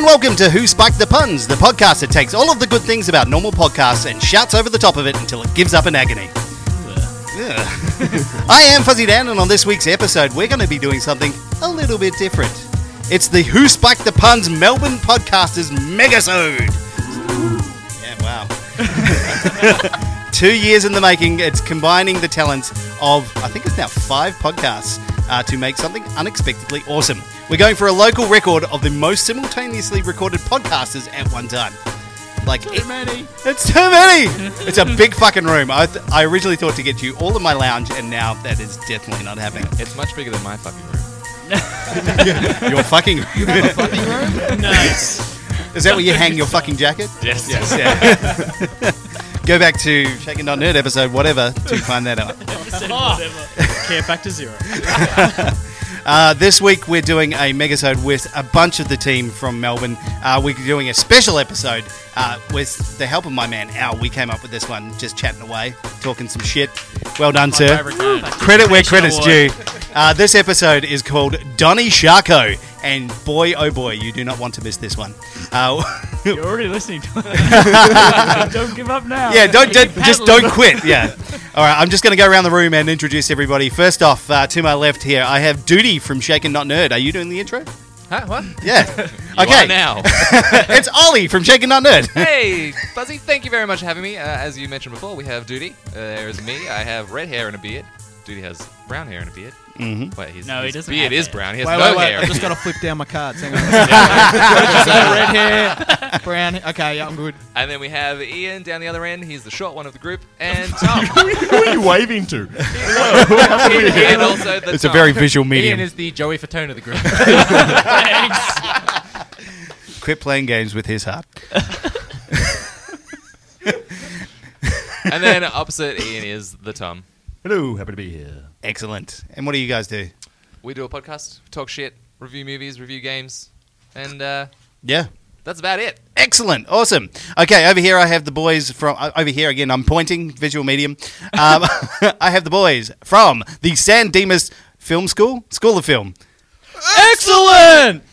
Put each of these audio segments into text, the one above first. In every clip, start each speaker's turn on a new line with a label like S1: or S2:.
S1: Welcome to Who Spiked the Puns, the podcast that takes all of the good things about normal podcasts and shouts over the top of it until it gives up in agony. Ugh. I am Fuzzy Dan, and on this week's episode, we're going to be doing something a little bit different. It's the Who Spiked the Puns Melbourne Podcasters Megasode. Yeah, wow. Two years in the making, it's combining the talents of, I think it's now five podcasts, uh, to make something unexpectedly awesome. We're going for a local record of the most simultaneously recorded podcasters at one time. Like, it-
S2: many.
S1: it's too many. It's a big fucking room. I, th- I originally thought to get you all in my lounge, and now that is definitely not happening.
S3: It's much bigger than my fucking room.
S1: Your fucking
S2: Nice.
S1: is that where you hang your fucking jacket?
S3: Yes.
S1: Yes. Yeah. Go back to Shaken Not Nerd episode whatever to find that out.
S4: Ah.
S2: Care factor zero.
S1: Uh, this week we're doing a megasode with a bunch of the team from Melbourne. Uh, we're doing a special episode uh, with the help of my man Al. We came up with this one, just chatting away, talking some shit. Well done, sir. Credit where credit's due. Uh, this episode is called Donny Sharko, and boy, oh boy, you do not want to miss this one. Uh,
S2: You're already listening to it. don't give up
S3: Oh.
S2: now.
S1: yeah, don't, don't just don't quit. Yeah. All right, I'm just going to go around the room and introduce everybody. First off, uh, to my left here, I have Duty from Shaken Not Nerd. Are you doing the intro?
S3: Huh? What?
S1: Yeah.
S3: okay.
S1: okay.
S3: now.
S1: it's Ollie from Shaken Not Nerd.
S3: hey, Fuzzy, thank you very much for having me. Uh, as you mentioned before, we have Duty. Uh, there is me. I have red hair and a beard. Duty has brown hair and a beard. Mm-hmm. Wait, his,
S2: No, he
S3: his
S2: doesn't
S3: beard
S2: have
S3: is
S2: hair.
S3: brown. He has
S5: Wait,
S3: no
S5: wait, wait.
S3: hair.
S5: I
S3: and a
S5: just got
S3: beard.
S5: to flip down my cards. Hang on. Is that red hair, brown hair? Okay, yeah, I'm good.
S3: And then we have Ian down the other end. He's the short one of the group. And Tom.
S6: Who are you waving to?
S3: and also the
S1: It's a
S3: Tom.
S1: very visual medium.
S5: is the Joey Fatone of the group.
S2: Thanks.
S1: Quit playing games with his heart.
S3: And then opposite Ian is the Tom.
S6: Hello, happy to be here.
S1: Excellent. And what do you guys do?
S3: We do a podcast, talk shit, review movies, review games, and uh,
S1: Yeah.
S3: that's about it.
S1: Excellent. Awesome. Okay, over here I have the boys from. uh, Over here again, I'm pointing, visual medium. Um, I have the boys from the San Dimas Film School, School of Film.
S5: Excellent.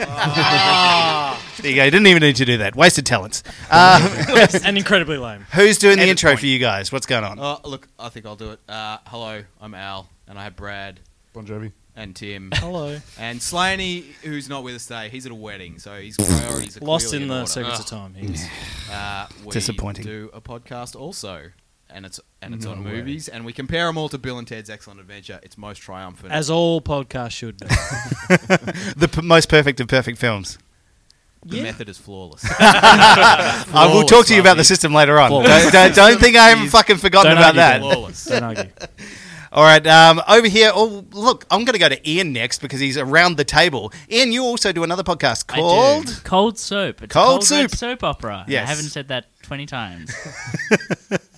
S2: Ah.
S1: There you go. You didn't even need to do that. Wasted talents. Uh,
S2: and incredibly lame.
S1: who's doing the
S5: Edit
S1: intro
S5: point.
S1: for you guys? What's going on?
S5: Oh, look, I think I'll do it. Uh, hello, I'm Al, and I have Brad
S6: Bon Jovi.
S5: and Tim
S2: Hello.
S5: and Slaney, who's not with us today. He's at a wedding, so his priorities are
S2: Lost
S5: clearly
S2: in the
S5: order.
S2: secrets of time. He's
S5: Uh, we
S1: Disappointing.
S5: Do a podcast also. And it's and it's on
S6: way.
S5: movies, and we compare them all to Bill and Ted's Excellent Adventure. It's most triumphant.
S2: as all podcasts should. Be.
S1: The p- most perfect of perfect films.
S5: the
S2: Yeah.
S5: method is flawless.
S1: I will talk to you about the system later on. Don't, don't, don't think I haven't
S5: Please.
S1: fucking forgotten
S2: Don't
S1: about
S2: argue,
S1: that.
S2: Dan.
S5: flawless.
S2: Don't argue.
S1: All right, um, over here. Oh, look, I'm going to go to Ian next because he's around the table. Ian, you also do another podcast called.
S7: Cold soap. It's
S1: Cold
S7: cold, red
S1: soup.
S7: soap opera.
S1: Yes.
S7: I haven't said that twenty times,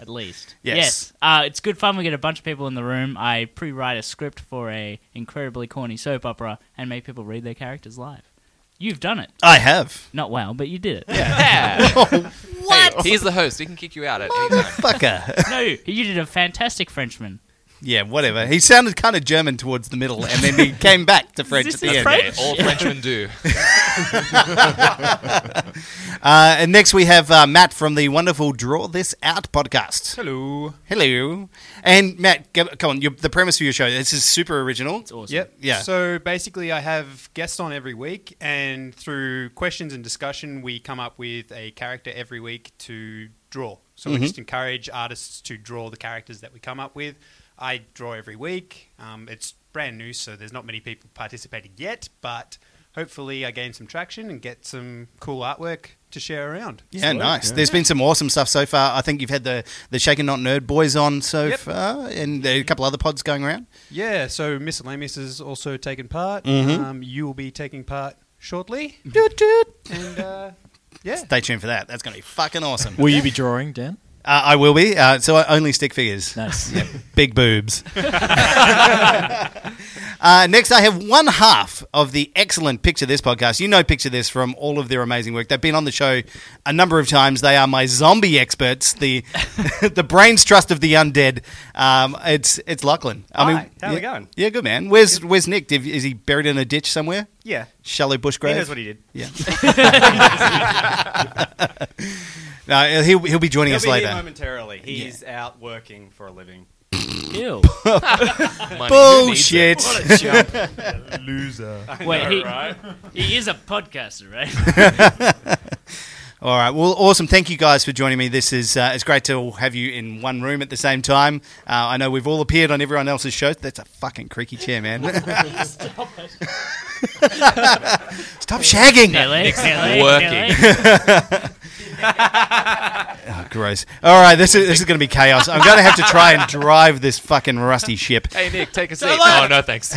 S7: at least.
S1: Yes.
S7: Uh, it's good fun. We get a bunch of people in the room. I pre-write a script for a incredibly corny soap opera and make people read their characters live. You've done it.
S1: I have.
S7: Not well, but you did it.
S3: Yeah.
S1: What?
S3: He's the host. He can kick you out at any time.
S1: Fucker.
S7: No, you did a fantastic Frenchman.
S1: yeah, whatever. He sounded kind of German towards the middle, and then he came back to French
S7: this
S1: at the
S7: his
S1: end.
S7: French?
S3: Yeah, all Frenchmen do.
S1: Uh, and next we have uh, Matt from the wonderful Draw This Out podcast.
S6: Hello.
S1: Hello. And Matt, go, come on. Your, the premise for your show. This is super original. It's
S7: awesome.
S8: Yep.
S1: Yeah.
S8: So basically, I have guests on every week, and through questions and discussion, we come up with a character every week to draw. So
S1: Mm-hmm.
S8: we just encourage artists to draw the characters that we come up with. I draw every week. Um, it's brand new, so there's not many people participating yet, but hopefully, I gain some traction and get some cool artwork to share around.
S1: Yeah, nice. There's been some awesome stuff so far. I think you've had the the Shaken Not Nerd boys on so
S8: Yep.
S1: far, and there are a couple other pods going around.
S8: Yeah, so Miscellaneous has also taken part. Um, you will be taking part shortly.
S1: Mm-hmm. Doot, doot.
S8: And uh, yeah.
S1: Stay tuned for that. That's going to be fucking awesome.
S2: Will you be drawing, Dan?
S1: Uh, Uh, I will be. Uh, so I only stick figures.
S7: Nice.
S1: Big boobs. uh, next, I have one half of the excellent Picture This podcast. You know Picture This from all of their amazing work. They've been on the show a number of times. They are my zombie experts, the the brains trust of the undead. Um, it's it's Lachlan. I
S9: Hi,
S1: mean,
S9: how
S1: yeah,
S9: we going?
S1: Yeah, good man. Where's where's Nick? Div- Is he buried in a ditch somewhere?
S9: Yeah.
S1: Shallow bush grave.
S9: He knows what he did.
S1: Yeah. no, he'll, he'll be joining us
S9: He'll be
S1: later.
S9: here momentarily. He's out working for a living.
S7: Ew.
S3: Money, who needs it?
S1: Bullshit.
S6: Loser.
S7: Wait, he, he is a podcaster, right?
S1: All right. Well, awesome. Thank you guys for joining me. This is uh, it's great to have you in one room at the same time. Uh, I know we've all appeared on everyone else's shows. That's a fucking creaky chair, man. Stop shagging.
S7: Nearly, nearly,
S3: working.
S7: nearly.
S1: Oh, gross. All right. This is this is going to be chaos. I'm going to have to try and drive this fucking rusty ship.
S3: Hey Nick, take a seat. Oh no, thanks.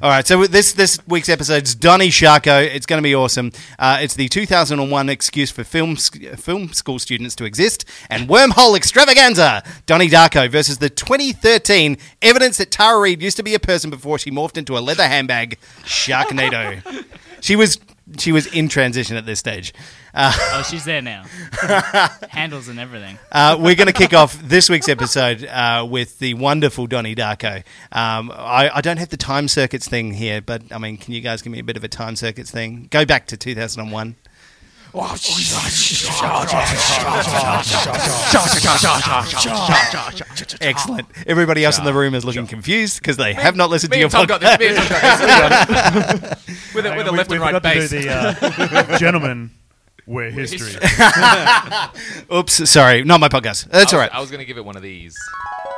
S1: All right, so this this week's episode's Donny Sharko. It's going to be awesome. Uh, it's the 2001 excuse for film sc- film school students to exist and wormhole extravaganza. Donnie Darko versus the 2013 evidence that Tara Reid used to be a person before she morphed into a leather handbag. Sharknado. she was she was in transition at this stage.
S7: Oh, she's there now. Handles and everything.
S1: Uh, we're going to kick off this week's episode uh, with the wonderful Donnie Darko. Um, I, I don't have the time circuits thing here, but I mean, can you guys give me a bit of a time circuits thing? Go back to 2001.
S3: Oh.
S1: Excellent. Everybody else in the room is looking confused because they have not listened to
S3: Me
S1: your
S3: and Tom got this.
S1: podcast.
S3: Me and Tom got this. with a,
S6: Hang
S3: with
S6: on,
S3: a
S6: we-
S3: left
S6: we
S3: and right
S6: forgot to do
S3: base.
S6: The, uh, gentlemen, we're history.
S1: Oops, sorry, not my podcast. That's
S3: I
S1: all
S3: was-
S1: right.
S3: I was gonna give it one of these,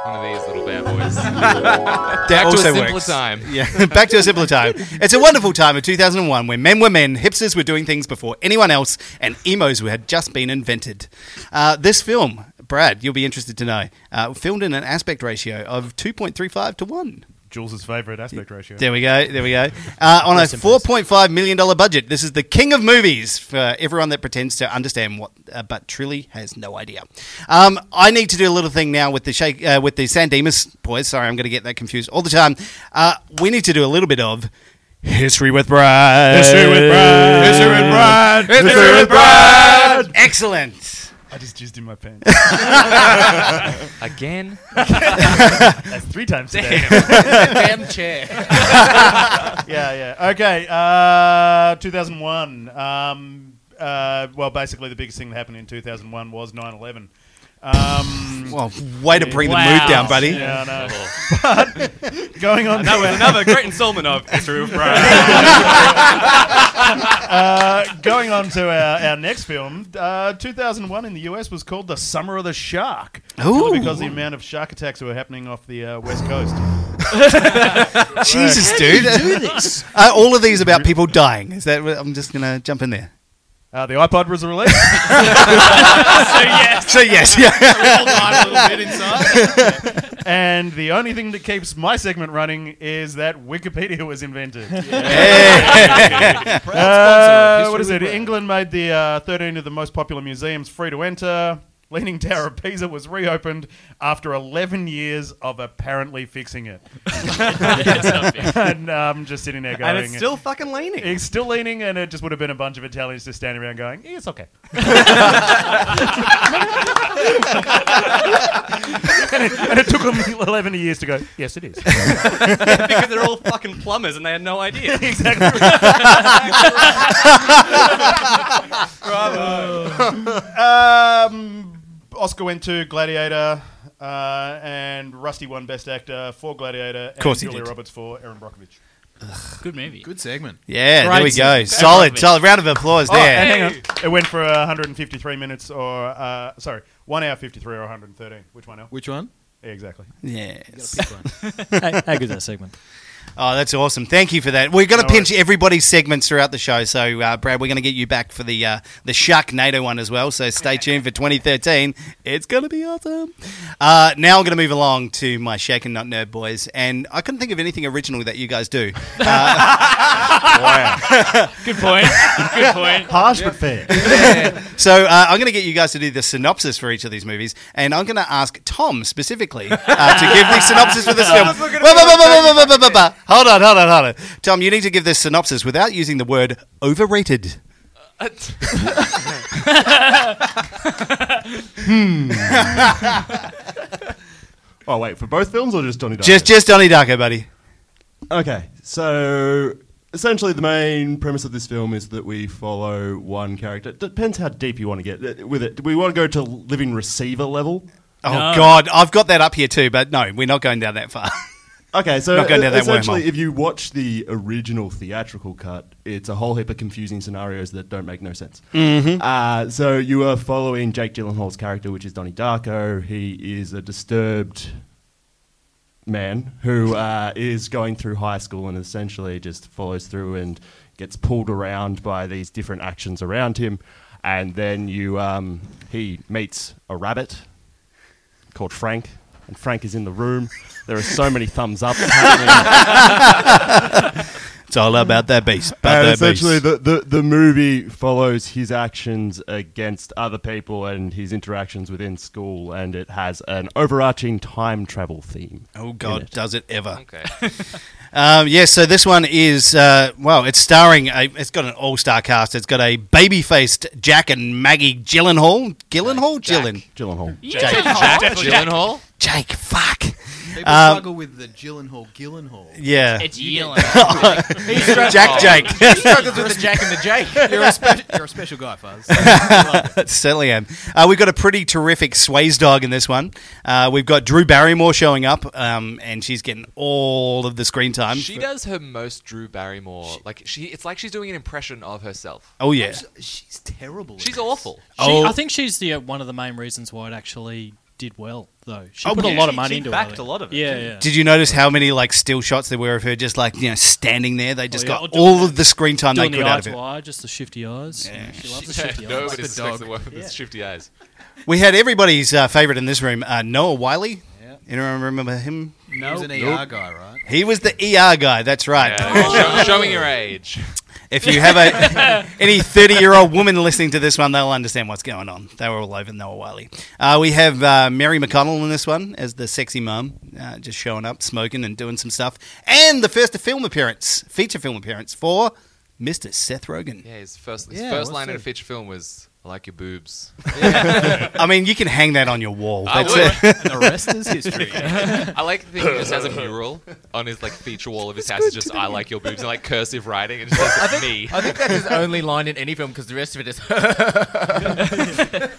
S3: one of these little bad boys.
S1: That
S3: Back to a
S1: also
S3: simpler
S1: works.
S3: time.
S1: Yeah, back to a simpler time. It's a wonderful time of 2001 when men were men, hipsters were doing things before anyone else, and emos had just been invented. Uh, this film, Brad, you'll be interested to know, uh, filmed in an aspect ratio of 2.35 to 1.
S6: Jules' favourite aspect ratio.
S1: There we go. There we go. Uh, on a $4.5 million budget, this is the king of movies for everyone that pretends to understand what, uh, but truly has no idea. Um, I need to do a little thing now with the shake, uh, with the San Dimas boys. Sorry, I'm going to get that confused all the time. Uh, we need to do a little bit of history with Brad.
S6: History with Brad. History with Brad. History with Brad.
S1: Excellent.
S6: I just jizzed in my pants.
S3: Again,
S6: That's three times today.
S5: Damn chair.
S6: yeah, yeah. Okay, uh, 2001. Um, uh, well, basically, the biggest thing that happened in 2001 was 9 11. Um,
S1: Well, way to bring the mood
S7: Wow.
S1: down, buddy.
S6: yeah, I know. But going on.
S9: Another great installment of History of Brian.
S6: Uh, going on to our, our next film, uh, 2001 in the US was called The Summer of the Shark.
S1: Ooh.
S6: Because of the amount of shark attacks that were happening off the uh, West Coast.
S1: Jesus, dude. Uh, all of these about people dying. Is that? what- I'm just going to jump in there.
S6: Uh, the iPod was released.
S1: So yes, yeah.
S6: and the only thing that keeps my segment running is that Wikipedia was invented. Uh, what is it? England made the uh, 13 of the most popular museums free to enter. Leaning Tower of Pisa was reopened after 11 years of apparently fixing it. and I'm just sitting there going,
S9: and it's still fucking leaning.
S6: It's still leaning, and it just would have been a bunch of Italians just standing around going, "Yeah, "It's okay." and, it, and it took them eleven years to go. Yes, it is.
S9: because they're all fucking plumbers and they had no idea.
S6: exactly. um, Oscar went to Gladiator, uh, and Rusty won Best Actor for Gladiator. Of
S1: course he
S6: and Julia
S1: did.
S6: Roberts for Aaron Brockovich.
S7: Good movie.
S5: Good segment.
S1: Yeah, there
S7: Right.
S1: we go.
S7: Fair
S1: Solid,
S7: enough.
S1: solid. Round of applause there.
S6: And Oh, hang on. It went for uh, 153 minutes, or uh, sorry, one hour 53 or 113. Which one? Al?
S5: Which one?
S6: Yeah, exactly.
S1: Yes.
S5: how, how good's that segment?
S1: Oh, that's awesome. Thank you for that. We're going to pinch everybody's segments throughout the show. So, uh, Brad, we're going to get you back for the uh, the Sharknado one as well. So, stay tuned for 2013. It's going to be awesome. Uh, now, I'm going to move along to my Shake and Not Nerd Boys. And I couldn't think of anything original that you guys do. Uh,
S2: Good point. Good point.
S10: Harsh but fair.
S1: So, uh, I'm going to get you guys to do the synopsis for each of these movies. And I'm going to ask Tom specifically uh, to give the synopsis for this film. Whoa, whoa, whoa, whoa, whoa, whoa, whoa, whoa. Hold on, hold on, hold on. Tom, you need to give this synopsis without using the word overrated. Hmm.
S10: Oh wait, for both films or just Donnie Darko?
S1: Just, just Donnie Darko, buddy.
S10: Okay, so essentially the main premise of this film is that we follow one character. Depends how deep you want to get uh, with it. Do we want to go to living receiver level?
S1: Oh
S2: No.
S1: God, I've got that up here too, but no, we're not going down that far.
S10: Okay, so
S1: Not going down that
S10: essentially,
S1: wormhole.
S10: if you watch the original theatrical cut, it's a whole heap of confusing scenarios that don't make no sense. Mm-hmm. Uh, so you are following Jake Gyllenhaal's character, which is Donnie Darko. He is a disturbed man who uh, is going through high school and essentially just follows through and gets pulled around by these different actions around him. And then you, um, he meets a rabbit called Frank, and Frank is in the room. There are so many thumbs up. happening.
S1: It's all about that beast. About
S10: And
S1: that beast.
S10: essentially, the, the, the movie follows his actions against other people and his interactions within school, and it has an overarching time travel theme.
S1: oh
S10: in
S1: God,
S10: it.
S1: does it ever?
S3: Okay.
S1: Um, yes, so this one is uh, well, it's starring. A, it's got an all-star cast. It's got a baby-faced Jack and Maggie Gyllenhaal. Gyllenhaal, Gyllen,
S10: Gyllenhaal.
S1: Jake,
S3: Jack Gyllenhaal.
S1: Jake. Fuck. Um,
S5: People struggle with the Gyllenhaal Gyllenhaal.
S1: Yeah,
S7: It's yelling.
S1: Jack, Jake.
S5: struggles with the Jack and the Jake. You're a, spe- you're a special guy, Fuzz.
S1: Certainly am. Uh, we've got a pretty terrific Swayze dog in this one. Uh, we've got Drew Barrymore showing up, um, and she's getting all of the screen time.
S3: She does her most Drew Barrymore. like she, it's like she's doing an impression of herself.
S1: Oh yeah.
S5: She's terrible.
S3: She's awful.
S1: Oh.
S4: I think she's the uh, one of the main reasons why it actually did well, though. She
S1: Oh,
S4: put a
S1: yeah.
S4: lot of
S1: She-
S4: money
S2: she
S4: into
S2: backed
S4: it.
S2: a lot of it,
S4: Yeah,
S2: didn't
S4: yeah.
S1: Did you notice how many like still shots there were of her just like you know standing there? They
S5: Oh,
S1: just
S4: yeah, or
S1: got
S4: doing
S1: all of the screen time they
S4: Doing
S1: could
S4: the
S1: out
S4: eye
S1: of
S4: to
S1: it.
S4: eye, just the shifty eyes. She loves the shifty eyes.
S3: Nobody
S5: the
S3: suspects
S5: dog.
S3: the work with its shifty eyes.
S1: We had everybody's uh, favorite in this room, uh, Noah Wiley. Anyone remember him?
S5: He was an ER guy, right?
S1: He was the ER guy. That's right.
S5: Oh.
S3: Yeah, show- showing your age.
S1: If you have a any thirty year old woman listening to this one, they'll understand what's going on. They were all over Noah Wiley. Uh, we have uh, Mary McConnell in this one as the sexy mum, uh, just showing up, smoking, and doing some stuff. And the first film appearance, feature film appearance for Mr. Seth Rogen.
S3: Yeah, his first his
S5: Yeah,
S3: first
S5: what's
S3: line in a
S5: that?
S3: feature film was "I like your boobs."
S1: I mean, you can hang that on your wall.
S3: I
S1: That's
S3: would.
S1: it.
S5: And the rest is history.
S3: I like to think he just has a mural on his like feature wall of his house. It's just "I like your boobs" and like cursive writing. and It just says me.
S5: I think that's his only line in any film because the rest of it is.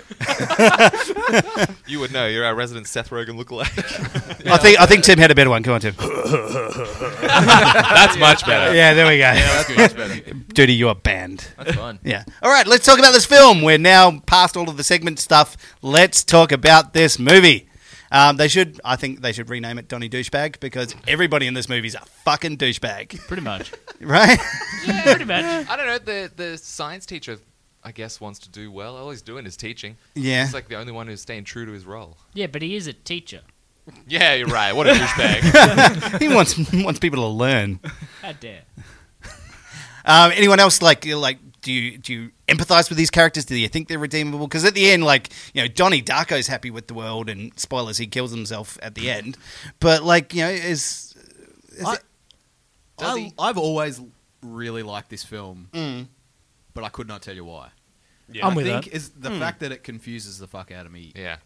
S3: You would know. You're our resident Seth Rogen lookalike.
S1: I think I think Tim had a better one. Come on, Tim.
S3: That's much better.
S1: Yeah, there we go.
S5: that's good. That's better.
S1: Duty, you are banned.
S5: That's fine.
S1: Yeah. All right, let's talk about this film. We're now past all of the segment stuff. Let's talk about this movie. Um, they should, I think, they should rename it Donny Douchebag because everybody in this movie is a fucking douchebag,
S7: Pretty much.
S1: right?
S7: Yeah, pretty much.
S3: I don't know. The the science teacher, I guess, wants to do well. All he's doing is teaching.
S1: Yeah.
S3: He's like the only one who's staying true to his role.
S7: Yeah, but he is a teacher.
S3: Yeah, you're right. What a douchebag.
S1: he wants wants people to learn.
S7: How dare.
S1: Um, anyone else like you- like do you do you empathize with these characters? Do you think they're redeemable? Because at the end, like you know, Donnie Darko's happy with the world, and spoilers, he kills himself at the end. But like you know, is
S3: Does
S5: I,
S3: he?
S5: I've always really liked this film, but I could not tell you why.
S9: Yeah.
S4: I'm with
S5: I
S4: that.
S5: think is the fact that it confuses the fuck out of me.
S3: yeah.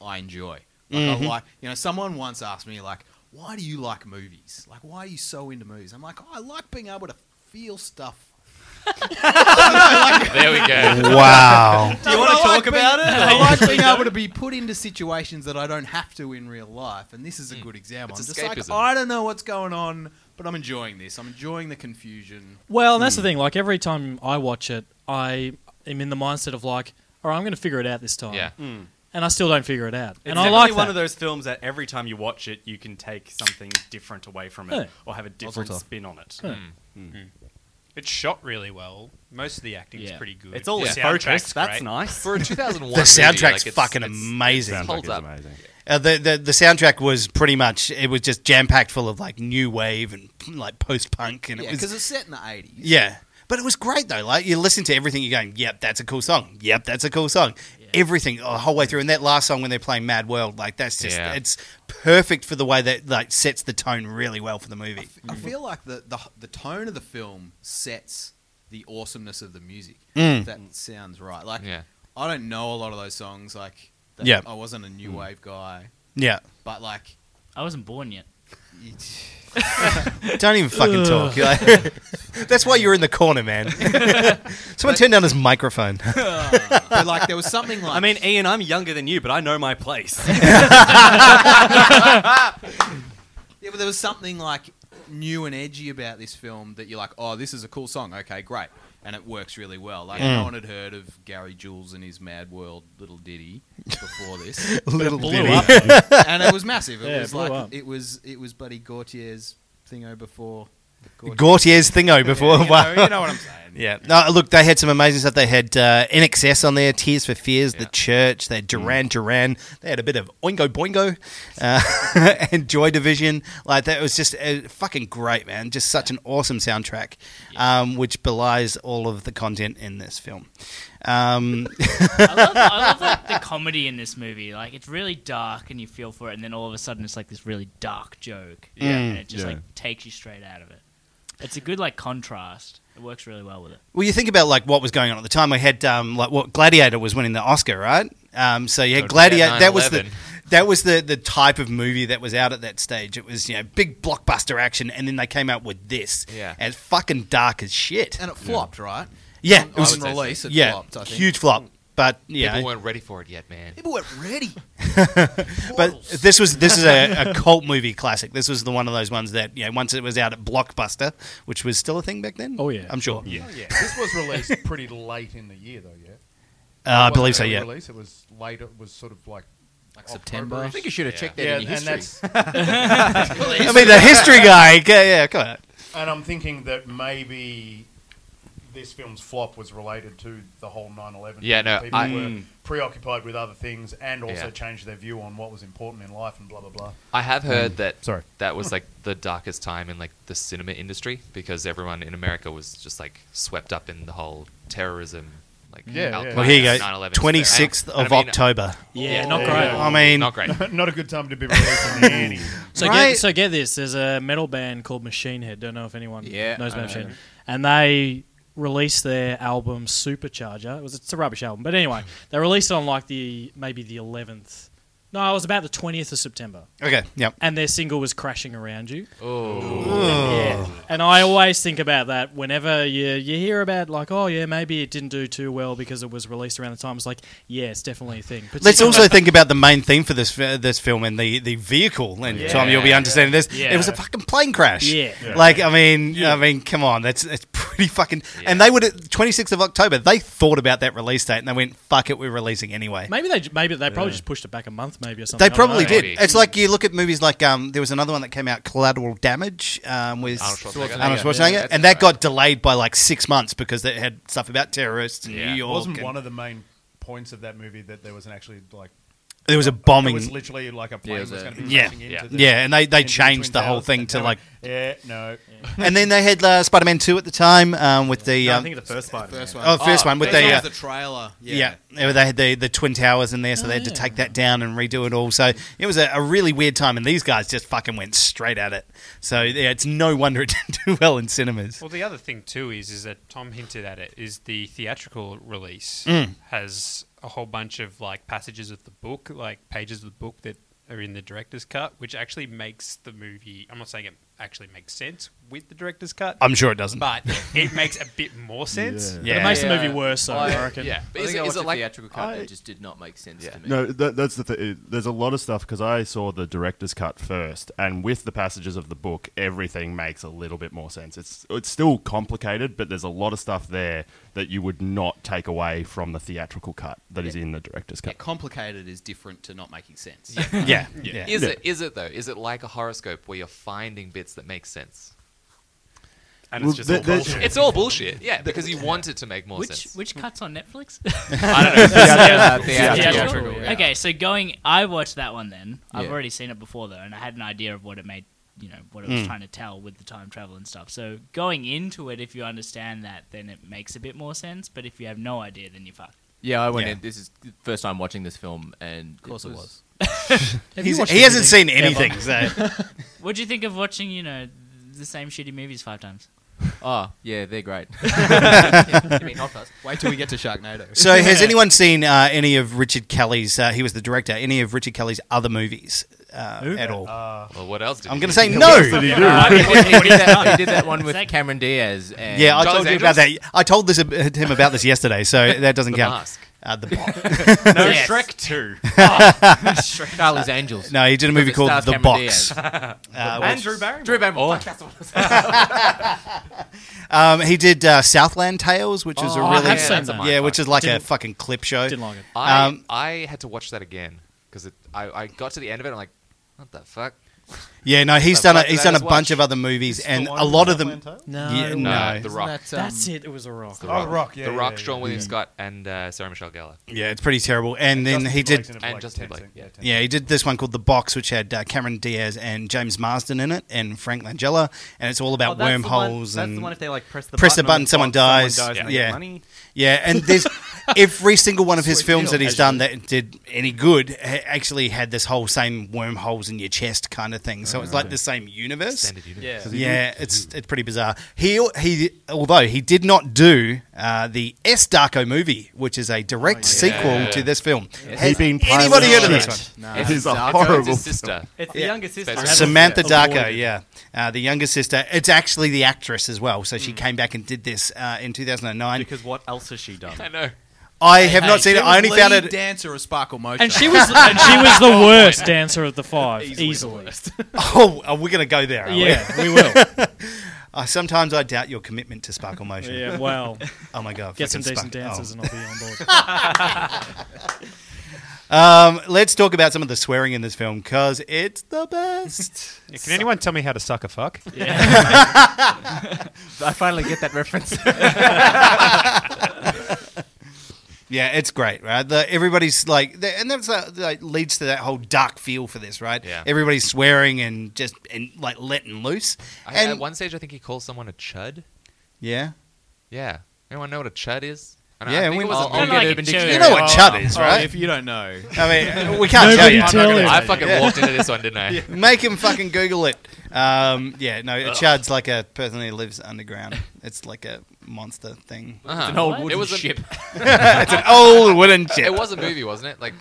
S5: I enjoy. Like, I like, you know, someone once asked me, like, why do you like movies? Like, why are you so into movies? I'm like, "Oh, I like being able to feel stuff.
S3: There we go.
S1: wow.
S9: Do you want to
S5: I
S9: talk
S5: like
S9: about it?
S5: being- I like being able to be put into situations that I don't have to in real life, and this is a good example.
S3: Hmm. It's
S5: I'm just like,
S3: escapism.
S5: I don't know what's going on, but I'm enjoying this. I'm enjoying the confusion.
S4: Well, and that's the thing. Like every time I watch it, I am in the mindset of like, all right, I'm going to figure it out this time.
S3: Yeah.
S4: and I still don't figure it out.
S9: It's
S4: and I
S9: definitely
S4: like
S9: one
S4: that.
S9: of those films that every time you watch it, you can take something different away from it
S4: Yeah.
S9: or have a different
S4: Mazel tov.
S9: spin on it. Hmm.
S4: Yeah.
S8: It's shot really well. Most of the acting is
S3: Yeah.
S8: pretty good.
S9: It's all
S8: The
S9: in
S8: soundtrack's
S9: focus, that's
S8: great.
S9: nice.
S3: For a 2001
S1: the soundtrack's
S3: movie, like, it's-
S1: fucking
S3: it's-
S1: amazing.
S3: it holds up.
S1: Uh, the, the the soundtrack was pretty much it was just jam packed full of like new wave and like post punk and
S5: Yeah,
S1: it was
S5: because it's set in the eighties.
S1: yeah, but it was great though. Like you listen to everything, you're going, "Yep, that's a cool song. Yep, that's a cool song." Everything the whole way through, and that last song when they're playing Mad World, like that's just
S5: Yeah.
S1: it's perfect for the way that like sets the tone really well for the movie.
S5: I feel like the, the the tone of the film sets the awesomeness of the music.
S1: Mm.
S5: If that sounds right. Like
S1: Yeah.
S5: I don't know a lot of those songs. Like that
S1: Yeah.
S5: I wasn't a new
S1: Mm.
S5: wave guy.
S1: Yeah.
S5: but like
S7: I wasn't born yet.
S1: Don't even fucking talk. You're like- that's why you're in the corner, man. Someone
S9: But-
S1: turn down his microphone.
S9: but
S5: like there was something like
S9: I mean, Ian, I'm younger than you, but I know my place.
S5: Yeah, but there was something like new and edgy about this film that you're like, oh, this is a cool song. Okay, great, and it works really well. Like
S1: Mm.
S5: no one had heard of Gary Jules and his Mad World little ditty before this.
S1: Little
S5: Blew
S1: ditty.
S5: up. and it was massive. It
S1: Yeah, it
S5: was
S1: blew
S5: like
S1: up.
S5: it was it was Buddy Gautier's thingo before.
S1: Gautier's thingo before.
S5: Yeah, you,
S1: wow.
S5: know, you know what I'm saying.
S1: Yeah. No, look, they had some amazing stuff. They had uh, NXS on there, Tears for Fears, The Church.
S5: Mm.
S1: They had Duran Duran. They had a bit of Oingo Boingo uh, and Joy Division. Like that was just uh, fucking great, man. Just such an awesome soundtrack, um, which belies all of the content in this film. Um,
S7: I love, I love like, the comedy in this movie. Like it's really dark and you feel for it, and then all of a sudden it's like this really dark joke.
S1: Yeah.
S7: and it just
S1: Yeah.
S7: like takes you straight out of it. It's a good like contrast. It works really well with it.
S1: Well, you think about like what was going on at the time. We had um, like what Gladiator was winning the Oscar, right? Um, so you
S3: Don't
S1: had
S3: forget
S1: Gladiator. That was the
S3: 9/11.
S1: that was the the type of movie that was out at that stage. It was you know big blockbuster action, and then they came out with this.
S5: Yeah.
S1: and it's fucking dark as shit.
S5: And it flopped, right?
S1: Yeah,
S5: On- on release, it
S1: yeah,
S5: flopped, I think.
S1: huge flop. But yeah,
S3: People weren't ready for it yet, man.
S5: People weren't ready.
S1: but this was this is a, a cult movie classic. This was the one of those ones that you know once it was out at Blockbuster, which was still a thing back then. Oh yeah, I'm sure.
S6: yeah. This was released pretty late in the year, though. Yeah.
S1: Uh, I
S6: It wasn't
S1: believe so,
S6: early
S1: yeah.
S6: Release. It was late. It was sort of like. Like
S5: September. I think you should have checked that in your history.
S1: I mean, the history guy, yeah, yeah, come on.
S6: And I'm thinking that maybe this film's flop was related to the whole 9/11.
S3: Yeah, no,
S6: people
S3: I-
S6: were
S3: Mm.
S6: preoccupied with other things and also
S3: Yeah.
S6: changed their view on what was important in life and blah blah blah.
S3: I have heard
S6: Mm.
S3: that
S6: Sorry.
S3: that was like the darkest time in like the cinema industry because everyone in America was just like swept up in the whole terrorism. Like
S6: Yeah,
S3: Al
S6: yeah.
S3: Qaeda,
S1: Well, here you
S3: 9/11
S1: go.
S3: stuff.
S1: Twenty sixth
S3: And- and
S1: of
S3: I mean-
S1: October.
S4: Yeah, not
S3: Oh.
S4: great.
S1: I mean,
S3: not great.
S6: not a good time to be releasing any.
S4: So
S6: Right?
S4: get so get this. There's a metal band called Machine Head. Don't know if anyone
S5: Yeah,
S4: knows
S5: I
S4: about
S5: know
S4: Machine Head.
S5: them.
S4: And they released their album Supercharger. It was it's a rubbish album, but anyway, they released it on like the maybe the 11th. No, it was about the 20th of September.
S1: Okay, yep.
S4: And their single was Crashing Around You.
S3: Oh.
S4: Yeah. And I always think about that whenever you you hear about like, oh yeah, maybe it didn't do too well because it was released around the time. It's like, yeah, it's definitely a thing.
S1: Let's also
S4: Particularly-
S1: think about the main theme for this uh, this film and the, the vehicle. And
S4: Yeah.
S1: Tom, you'll be understanding this.
S4: Yeah.
S1: It was a fucking plane crash.
S4: Yeah. Yeah.
S1: Like I mean, I mean, come on, that's that's pretty fucking. And they would twenty sixth of October. They thought about that release date and they went, "Fuck it, we're releasing anyway."
S4: Maybe they maybe they probably
S1: Yeah.
S4: just pushed it back a month, maybe or something. I
S1: They
S4: don't
S1: probably
S4: know.
S1: did. It's like you look at movies like um, there was another one that came out, Collateral Damage, um, with
S3: Arnold Schwarzenegger.
S1: Arnold
S3: Schwarzenegger.
S1: Schwarzenegger,
S3: Yeah, that's
S1: and that got delayed by like six months because it had stuff about terrorists in New York.
S6: Wasn't
S1: and-
S6: one of the main points of that movie that there was an actually like
S1: There was a
S6: It
S1: bombing.
S6: was literally like a plane
S1: Yeah,
S6: was,
S1: the-
S6: going to be
S1: yeah.
S6: crashing
S1: Yeah.
S6: into the
S1: Yeah, and they- they
S6: into
S1: changed
S6: Twin
S1: the whole
S6: Towers,
S1: thing
S6: and
S1: to,
S6: they
S1: like-
S6: went, yeah, no.
S1: and then they had uh, Spider Man Two at the time um, with the.
S6: No, I
S1: um,
S6: think the first Spider-Man.
S5: First one.
S1: Oh, first
S5: Oh,
S1: one with
S5: first
S1: the,
S5: one
S1: uh,
S5: was the trailer, yeah.
S1: yeah, they had the, the twin towers in there, so they
S6: Oh,
S1: had to take that down and redo it all. So it was a, a really weird time, and these guys just fucking went straight at it. So yeah, it's no wonder it didn't do well in cinemas.
S8: Well, the other thing too is is that Tom hinted at it is the theatrical release
S1: Mm.
S8: has a whole bunch of like passages of the book, like pages of the book that are in the director's cut, which actually makes the movie. I'm not saying it actually makes sense with the director's cut.
S1: I'm sure it doesn't.
S8: But it makes a bit more sense.
S1: Yeah. Yeah. It makes the
S11: Yeah.
S1: movie worse, though, I reckon.
S8: Yeah.
S11: But is,
S8: I think
S11: it, is
S8: I watched
S11: it
S8: the
S11: like
S8: theatrical
S11: theatrical
S8: cut,
S11: cut?
S8: it
S11: it just did not make sense to me.
S12: No, that, that's the th- there's a lot of stuff because I saw the director's cut first, and with the passages of the book, everything makes a little bit more sense. It's it's still complicated, but there's a lot of stuff there that you would not take away from the theatrical cut that is in the director's cut.
S5: Complicated is different to not making sense.
S12: Yeah. Yeah.
S3: Is
S12: Yeah.
S3: it? Is it though? Is it like a horoscope where you're finding bits that make sense?
S8: And
S3: it's just all bullshit. It's all bullshit. Yeah, because you want it to make more
S7: which,
S3: sense.
S7: Which cuts on Netflix?
S3: I don't know. Theatrical. Theatrical.
S7: Theatrical?
S3: Yeah.
S7: Okay, so going, I watched that one then. I've
S3: Yeah.
S7: already seen it before though, and I had an idea of what it made, you know, what it was
S1: Hmm.
S3: Mm.
S7: trying to tell with the time travel and stuff. So going into it, if you understand that, then it makes a bit more sense. But if you have no idea, then you're fucked.
S11: Yeah, I went
S7: Yeah.
S11: in. This is the first time watching this film, and of course it was.
S7: Have
S1: He's-
S7: you watched
S1: he hasn't
S7: anything?
S1: seen anything,
S7: Ever.
S1: so-
S7: what do you think of watching, you know, the same shitty movies five times?
S11: Oh, yeah, they're great.
S5: You mean not us? Wait till we get to Sharknado.
S1: So, has anyone seen uh, any of Richard Kelly's? Uh, he was the director. Any of Richard Kelly's other movies uh,
S11: Who?
S1: at all?
S3: well, what else? Did
S1: I'm
S3: he
S1: going to
S3: do?
S1: say
S11: Yeah,
S1: no.
S11: what else did he do? Uh, he did- he did that- he did that one with Cameron Diaz and-
S1: yeah, I
S11: Charlie's
S1: told you about that.
S11: Angels?
S1: I told this ab- him about this yesterday, so that doesn't
S11: The
S1: count.
S11: Mask.
S1: Uh, the
S11: No,
S1: Yes.
S11: Shrek 2. Oh, Shrek. Charlie's Angels.
S1: Uh, No, he did a movie
S11: With the
S1: called
S11: stars
S1: The
S11: Cameron
S1: Box.
S11: Diaz.
S1: Uh,
S11: And
S1: which-
S11: Drew Barrymore. Drew Barrymore. Fuck, that's what it was.
S1: Um, he did uh, Southland Tales, which is a
S3: Oh, I
S1: really
S3: have seen that.
S1: yeah, which is like a
S3: Didn't-
S1: fucking clip show.
S3: I,
S1: Um,
S3: I had to watch that again because I, I got to the end of it. and I'm like, what the fuck?
S1: yeah, no, he's
S3: The
S1: done a,
S3: fuck did
S1: he's
S3: I
S1: done a
S3: just
S1: bunch
S3: watch?
S1: of other movies, and a lot of them.
S3: no,
S1: Yeah, no.
S3: The Rock.
S4: that, um, That's it, it was The Rock.
S3: The
S4: Oh,
S3: Rock.
S4: The Rock, yeah,
S3: the
S4: yeah,
S3: Rock,
S4: yeah,
S3: Sean
S4: yeah.
S3: William
S4: Mm.
S3: Scott, and uh, Sarah Michelle Gellar.
S1: Yeah, it's pretty terrible. And, then he did,
S3: and Justin Timberlake. Yeah.
S1: yeah, he did this one called The Box, which had uh, Cameron Diaz and James Marsden in it, and Frank Langella, and it's all
S11: Oh,
S1: about
S11: that's the one-
S1: wormholes
S11: that's
S1: and
S11: the one if they, like, press the
S1: the
S11: button on
S1: button,
S11: the
S1: someone,
S11: box,
S1: dies.
S11: someone dies and they
S1: yeah,
S11: get money.
S1: yeah, and there's every single one of his
S11: Sweet
S1: films
S11: deal.
S1: that he's done that did any good ha- actually had this whole same wormholes in your chest kind of thing. So it's like
S11: Okay.
S1: the same universe.
S11: Standard universe. Yeah.
S1: yeah, it's it's pretty bizarre. He he, although he did not do uh, the S Darko movie, which is a
S11: Oh,
S1: direct sequel
S12: Yeah.
S1: to this film.
S12: Yeah.
S1: Has
S12: He been
S1: anybody
S12: pile of
S1: heard of this
S12: shit.
S1: one?
S12: No. It is a Darko, horrible it's his sister. film.
S11: It's the younger sister. I haven't
S1: Samantha
S11: seen it.
S1: Darko, yeah, uh, the younger sister. It's actually the actress as well. So she came back and did this uh, in 2009.
S11: Because what else has she done?
S3: I know.
S1: I have not seen
S5: she
S1: it. I
S5: was
S1: only found
S5: lead
S1: it.
S5: Dancer of Sparkle Motion,
S4: And she was and she was the worst dancer of the five, easily.
S1: Oh, are we going to go there? Are
S4: Yeah,
S1: we,
S4: we will.
S1: Uh, sometimes I doubt your commitment to Sparkle Motion.
S4: Yeah, well.
S1: Oh my god!
S4: Get some
S1: fucking
S4: decent dancers
S1: Sparkle- oh.
S4: and I'll be on board.
S1: Um, let's talk about some of the swearing in this film because it's the best.
S8: Yeah, can anyone tell me how to suck a fuck?
S11: I finally get that reference.
S1: yeah, it's great, right? The, everybody's like, the, and that's uh, like leads to that whole dark feel for this, right?
S3: Yeah.
S1: Everybody's swearing and just and like letting loose.
S3: I,
S1: and
S3: at one stage, I think he calls someone a chud.
S1: yeah,
S3: Yeah. Anyone know what a chud is? I
S1: Yeah,
S3: I think
S1: we-
S3: it was
S1: I
S3: a
S1: don't
S3: Vulgate
S1: like
S3: Urban
S1: a chud.
S3: Dictionary.
S1: You know what chud is, right?
S5: if you don't know,
S1: I mean, uh, we can't tell you.
S3: I'm not gonna- I fucking walked into this one, didn't I?
S1: Yeah. Make him fucking Google it. Um, yeah, no, a
S3: Ugh.
S1: chud's like a person who lives underground. It's like a monster thing.
S3: Uh-huh. It's an old What? wooden ship.
S1: it's an old wooden ship.
S3: It was a movie, wasn't it? Like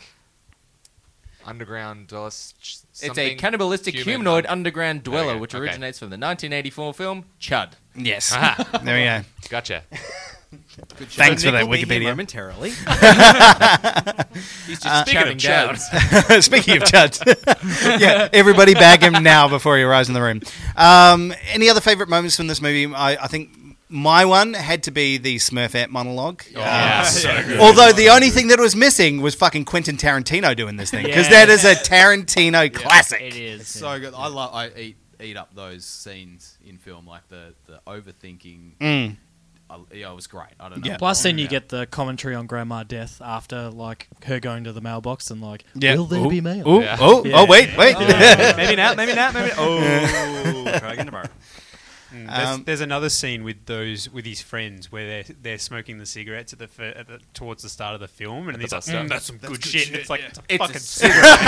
S3: underground. Uh, s-
S11: It's a
S3: something
S11: cannibalistic
S3: human
S11: humanoid underground dweller,
S3: Okay,
S11: which
S3: okay.
S11: originates from the 1984 film Chud.
S1: Yes.
S3: Aha.
S1: There we go.
S3: Gotcha.
S11: Good show.
S1: Thanks
S11: So
S1: for that,
S11: Nick will be here
S1: Wikipedia.
S11: momentarily. He's just
S1: Uh,
S11: shouting down.
S1: Speaking of chuds, yeah, everybody bag him now before he arrives in the room. Um, any other favourite moments from this movie? I, I think my one had to be the Smurfette monologue. Uh,
S12: Yeah. so good.
S1: Although the only thing that was missing was fucking Quentin Tarantino doing this thing because that is a Tarantino classic.
S5: It's so good. I love. I eat eat up those scenes in film, like the the overthinking.
S1: Mm.
S5: I, yeah, it was great. I don't know.
S4: Plus, then you get the commentary on Grandma Death after like her going to the mailbox and like,
S1: Yeah.
S4: will there
S1: Ooh,
S4: be mail?
S1: ooh, oh, oh, wait, wait.
S8: maybe not, maybe not, maybe. Oh,
S4: try again tomorrow.
S8: Mm, there's,
S4: Um,
S8: there's another scene with those with his friends where they're they're smoking the cigarettes at the, fir- at the towards the start of the film, and
S3: the
S8: he's like,
S3: bus stop.
S8: "Mm, "That's some
S3: That's
S8: good,
S3: good
S8: shit."
S3: shit,
S8: It's like
S3: yeah.
S8: it's a
S3: It's a
S8: fucking
S1: cigarette.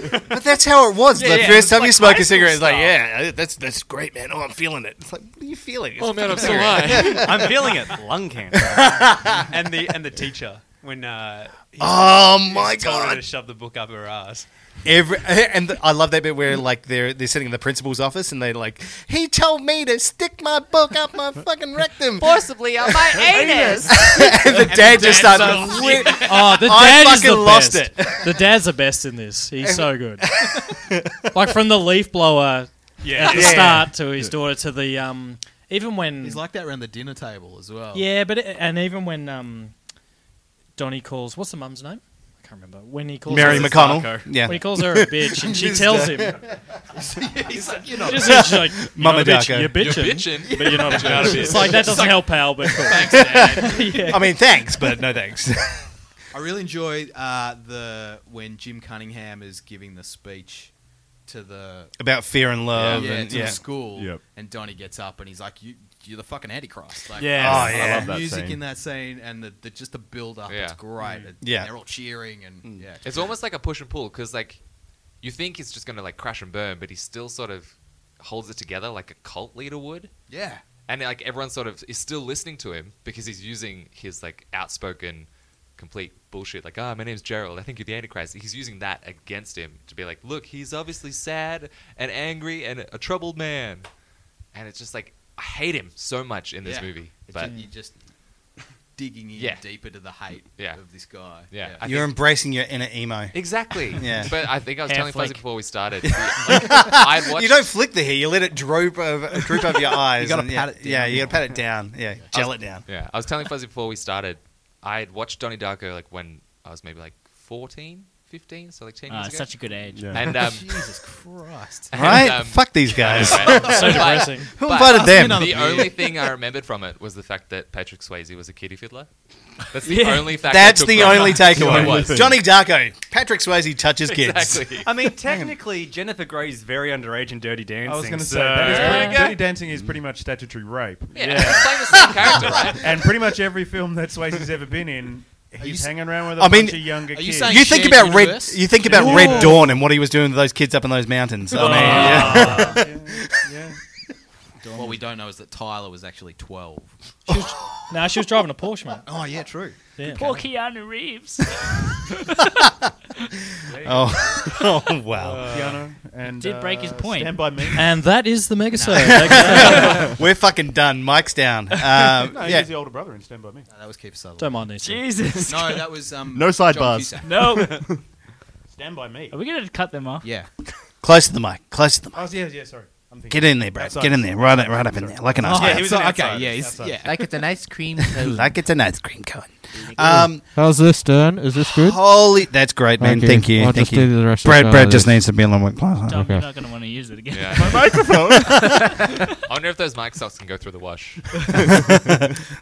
S8: cigarette.
S1: But that's how it was.
S8: Yeah,
S1: the
S8: yeah, it
S1: first
S8: was
S1: time you
S8: like
S1: smoke
S8: high
S1: a cigarette, it's
S8: school
S1: like,
S8: style.
S1: yeah, that's that's great, man. Oh, I'm feeling it. It's like, what are you feeling? It's
S8: Oh, man, I'm so
S1: fucking cigarette.
S8: high. I'm feeling it.
S11: Lung cancer.
S8: and the and the teacher when uh, he's-
S1: Oh, my
S8: he's told her
S1: God.
S8: to shove the book up her ass.
S1: Every and th- I love that bit where like they're they're sitting in the principal's office and they're like, he told me to stick my book up my fucking rectum
S13: forcibly up my anus.
S1: and the dad just starts. whip-
S4: Oh, the
S1: I
S4: dad
S1: fucking
S4: is the
S1: lost
S4: best.
S1: it.
S4: The dad's the best in this. He's so good. like from the leaf blower
S5: Yeah.
S4: at the
S5: Yeah.
S4: start to his daughter to the um even when
S5: He's like that around the dinner table as well.
S4: yeah, but it, and even when um Donnie calls what's the mum's name? I can't remember. When he calls
S1: Mary
S4: her
S1: McConnell.
S4: Sarko.
S1: Yeah.
S4: When he calls her a bitch and she
S5: Mr.
S4: tells him
S5: he's like, you're not
S4: Just says, like, you're
S1: Mama
S4: not a bitch,
S1: Darko.
S4: You're bitching,
S1: You're bitching.
S4: but you're not a
S1: You're not a
S4: bitch.
S1: bitch.
S4: It's like that doesn't help, pal. But cool. Yeah.
S1: I mean, thanks, but no thanks.
S5: I really enjoyed uh, the when Jim Cunningham is giving the speech to the
S1: About fear and love
S5: yeah,
S1: and-
S5: to
S1: yeah.
S5: the school,
S1: Yep.
S5: and Donnie gets up and he's like, "You, you're the fucking Antichrist." Like,
S1: Yes. Oh, yeah. I love
S5: the
S1: that
S5: music
S1: scene.
S5: in that scene and the, the just the build up. It's
S3: Yeah.
S5: great.
S3: Mm.
S5: And
S3: Yeah.
S5: they're all cheering and
S1: Mm.
S5: yeah,
S3: It's almost like a push and pull because like you think he's just gonna like crash and burn, but he still sort of holds it together like a cult leader would.
S5: Yeah.
S3: And like everyone sort of is still listening to him because he's using his like outspoken, complete bullshit. Like, ah, my name's Gerald. I think you're the Antichrist. He's using that against him to be like, look, he's obviously sad and angry and a troubled man. And it's just like I hate him so much in this
S5: Yeah.
S3: movie.
S5: It's
S3: But
S5: just- you're just digging in
S3: Yeah.
S5: deeper to the hate
S3: Yeah.
S5: of this guy.
S3: Yeah. I
S1: You're
S3: think-
S1: embracing your inner emo.
S3: Exactly.
S1: Yeah.
S3: But I think I was
S1: Hair
S3: telling Fuzzy
S1: flick.
S3: before we started. like, I'd watched-
S1: you don't flick the hair. You let it droop over, droop over your eyes.
S3: gotta
S1: and,
S3: pat
S1: yeah,
S3: it down.
S1: Yeah, you gotta pat it down. Yeah,
S3: I
S1: gel
S3: was-
S1: it down.
S3: Yeah, I was telling Fuzzy before we started, I had watched Donnie Darko like when I was maybe like 14, 15, so like 10
S7: Ah,
S3: years ago.
S7: such a good age. Yeah.
S3: And um,
S5: Jesus Christ.
S1: Right? Fuck these guys. So depressing. Who invited them?
S3: The only thing I remembered from it was the fact that Patrick Swayze was a kiddie fiddler. That's the
S1: Yeah.
S3: only fact. I
S1: That's
S3: took
S1: the
S3: from
S1: only
S3: it. It
S1: takeaway.
S3: was.
S1: Johnny Darko, Patrick Swayze touches kids.
S3: Exactly.
S9: I mean, technically, Jennifer Grey's very underage in Dirty Dancing.
S6: I was going to
S9: so-
S6: say that is
S9: There
S6: pretty,
S9: you go.
S6: Dirty Dancing is pretty much statutory rape.
S9: Yeah, it's playing the same character, right?
S6: And pretty much every film that Swayze's ever been in, he's hanging around with a
S1: I mean,
S6: bunch of younger
S1: you,
S6: kids.
S1: think about Red. You think about Red Dawn and what he was doing to those kids up in those mountains.
S14: Oh.
S1: I mean, yeah.
S5: What we don't know is that Tyler was actually 12.
S4: Nah, she was driving a Porsche, mate.
S5: Oh, yeah, true.
S4: Yeah.
S7: Poor Keanu Reeves.
S1: Oh, oh wow.
S6: Keanu and
S7: Did break his
S6: uh,
S7: point.
S6: Stand by me.
S4: And that is the mega
S1: We're fucking done. Mike's down. Um,
S6: no, he
S1: yeah.
S6: was the older brother in Stand by Me.
S5: No, that was Keith Sutherland.
S4: Don't mind these.
S7: Jesus.
S5: No, that was um.
S1: No
S5: John
S1: sidebars.
S5: Cusack.
S7: No.
S6: Stand by Me.
S7: Are we going to cut them off?
S5: Yeah.
S1: Close to the mic. Close to the mic.
S6: Oh yeah, yeah. Sorry. I'm thinking.
S1: Get in there, bro.
S6: Outside.
S1: Get in there. Right, right up in there, like an
S6: Oh,
S1: ice
S6: yeah,
S1: cream.
S6: he was an Okay, outsider.
S5: yeah, he's- Outsider. yeah.
S11: Like it's an ice cream cone.
S1: like it's an ice cream cone. Um,
S14: How's this, Stern? Is this good?
S1: holy, that's great, man.
S14: Okay,
S1: Thank you.
S14: I'll
S1: Thank
S14: just
S1: you.
S14: do the rest of
S1: Brad,
S14: the-
S1: Brad just needs to be on one class.
S7: Dom, you're not going to want to use it again.
S3: Yeah. I wonder if those mic socks can go through the wash.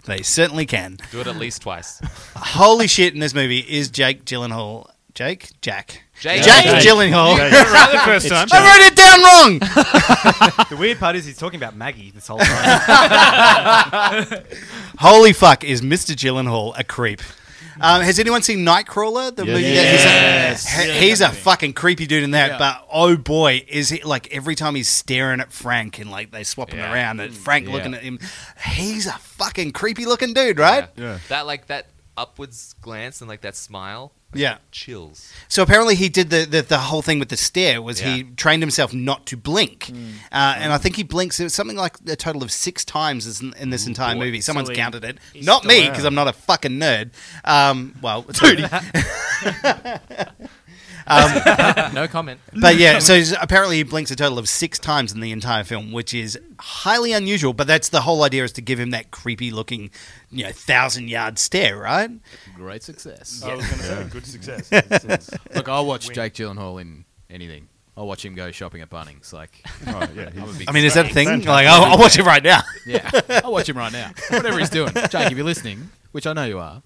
S1: they certainly can.
S3: Do it at least twice.
S1: Holy shit! In this movie is Jake Gyllenhaal. Jake, Jack,
S9: Jake.
S1: Jack
S9: Jake.
S1: Gyllenhaal.
S9: You got it right the first It's time.
S1: I wrote it down wrong.
S9: the weird part is he's talking about Maggie this whole time.
S1: Holy fuck! Is Mr. Gyllenhaal a creep? Um, has anyone seen Nightcrawler? The
S12: Yes.
S1: movie.
S12: Yes.
S1: That he's a,
S12: Yes.
S1: he- he's a fucking creepy dude in that.
S12: Yeah.
S1: But oh boy, is he like every time he's staring at Frank and like they swap him
S3: Yeah.
S1: around and Frank
S3: Yeah.
S1: looking at him. He's a fucking creepy looking dude, right?
S3: That like that upwards glance and like that smile.
S1: Yeah.
S3: Chills.
S1: So apparently he did the, the, the whole thing with the stare was he
S3: Yeah.
S1: trained himself not to blink, uh, and I think he blinks it was something like a total of six times is in, in this entire
S12: boy.
S1: movie.
S12: So
S1: Someone's
S12: he-
S1: counted it,
S12: he's
S1: not me
S12: still out.
S1: because I'm not a fucking nerd. Um, well, dude. Um,
S11: No comment.
S1: But yeah, so he's- apparently he blinks a total of six times in the entire film, which is highly unusual. But that's the whole idea is to give him that creepy looking, you know, thousand yard stare, right?
S5: Great success.
S6: I was going to say good success.
S5: Look, I'll watch
S6: Win.
S5: Jake Gyllenhaal in anything. I'll watch him go shopping at Bunnings. Like,
S12: Oh, yeah,
S5: I'm a
S12: he's-
S5: big
S1: I mean, is
S5: fan.
S1: that a thing? Fantastic. Like, I'll- I'll watch him right now.
S5: Yeah, I'll watch him right now. Whatever he's doing, Jake, if you're listening, which I know you are,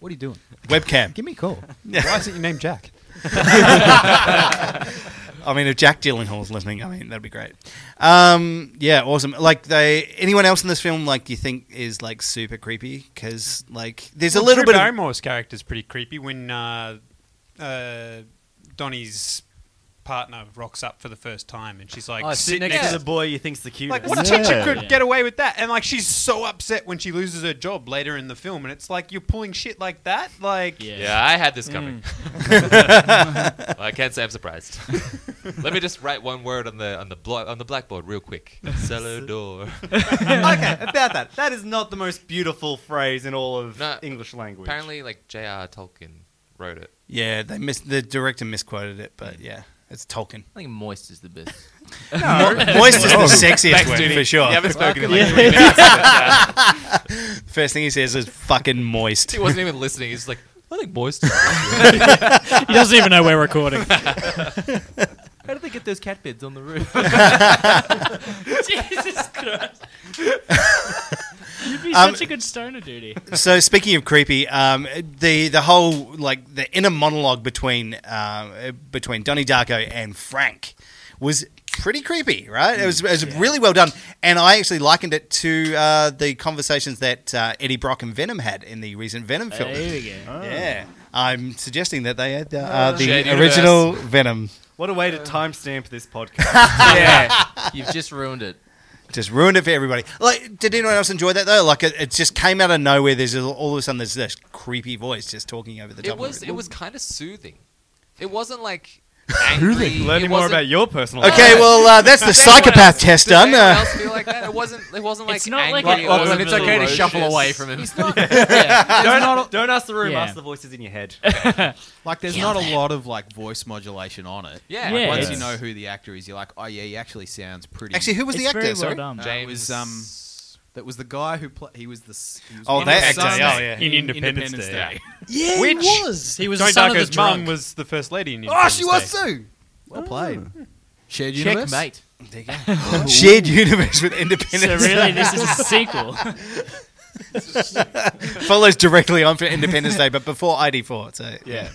S5: what are you doing?
S1: Webcam.
S5: Give me a call.
S8: Why isn't your name Jack?
S1: I mean, if Jack Gyllenhaal's listening, I mean that'd be great. Um, yeah, awesome. Like they, anyone else in this film, like you think is like super creepy because like there's a
S8: Well,
S1: little
S8: Drew
S1: bit of
S8: Barrymore's character's pretty creepy when uh, uh, Donnie's partner rocks up for the first time, and she's like
S9: Oh, sit next to the boy you think's the cutest.
S8: Like, what
S9: Yeah.
S8: teacher could
S9: Yeah.
S8: get away with that? And like, she's so upset when she loses her job later in the film, and it's like you're pulling shit like that. Like,
S3: Yeah, I had this coming.
S9: Mm.
S1: Mm.
S3: Well, I can't say I'm surprised. Let me just write one word on the on the blo- on the blackboard real quick. Cellar door.
S9: okay, about that. That is not the most beautiful phrase in all of English language.
S3: Apparently, like J.R. Tolkien wrote it.
S1: Yeah, they mis- the director misquoted it, but yeah, it's Tolkien.
S11: I think moist is the best.
S1: Mo- moist is the sexiest
S11: Back
S1: word
S11: to
S1: for
S11: the-
S1: sure.
S11: You haven't spoken in like three minutes.
S1: First thing he says is "fucking moist."
S3: He wasn't even listening. He's like, I think moist.
S4: he doesn't even know we're recording.
S11: How did they get those cat beds on the roof?
S7: Jesus Christ. You'd be
S1: Um,
S7: such a good stoner duty.
S1: so speaking of creepy, um, the the whole like the inner monologue between um, between Donnie Darko and Frank was pretty creepy, right? It was, it was really well done, and I actually likened it to uh, the conversations that uh, Eddie Brock and Venom had in the recent Venom film.
S7: There we go. Oh.
S1: Yeah, I'm suggesting that they had uh, uh, the
S9: Shared universe.
S1: original Venom.
S9: What a way to timestamp this podcast.
S11: Yeah. You've just ruined it.
S1: Just ruined it for everybody. Like, did anyone else enjoy that though? Like, it, it just came out of nowhere. There's all of a sudden there's this creepy voice just talking over the top.
S3: It was
S1: of
S3: it was kind of soothing. It wasn't like
S1: Soothing.
S3: angry.
S1: Learning
S3: It
S1: more
S3: wasn't-
S1: about your personal Okay, life. well, uh, that's the
S3: Did anyone
S1: psychopath
S3: else-
S1: test
S3: did
S1: done,
S3: anyone
S1: uh.
S3: else feel like that? It wasn't. It wasn't like
S11: It's not like
S3: angry.
S11: it
S3: or
S11: was Lachlan, it's okay to shuffle
S3: ferocious.
S11: away from him.
S3: He's not-
S11: Yeah.
S9: Don't,
S11: Not-
S9: don't ask the room,
S11: Yeah.
S9: ask the voices in your head.
S5: Like there's
S9: Kill
S5: not
S9: them.
S5: a lot of like voice modulation on it.
S9: Yeah.
S5: Like,
S9: Yeah.
S5: Once you
S9: Yes.
S5: know who the actor is, you're like, oh yeah, he actually sounds pretty.
S1: Actually, who was the It's actor? very well Sorry? done.
S5: Uh, it was
S1: James-
S5: um, that was the guy who played. He was the. s- He was
S1: Oh,
S5: one
S1: that
S5: of the
S1: actor,
S5: sons
S1: oh, yeah.
S9: In Independence Day.
S5: Yeah, he
S9: Which
S5: was. He was the
S9: Johnny
S5: son of
S9: Darko's
S5: the
S9: mum
S5: drunk.
S9: was the first lady in
S5: Oh,
S9: Independence
S5: she was
S9: Day.
S5: too. Well played.
S9: Mm.
S5: Shared universe.
S11: Checkmate.
S1: There you go. Shared universe with Independence.
S7: So really, this is a sequel.
S1: Follows directly on for Independence Day, but before ID4. So yeah,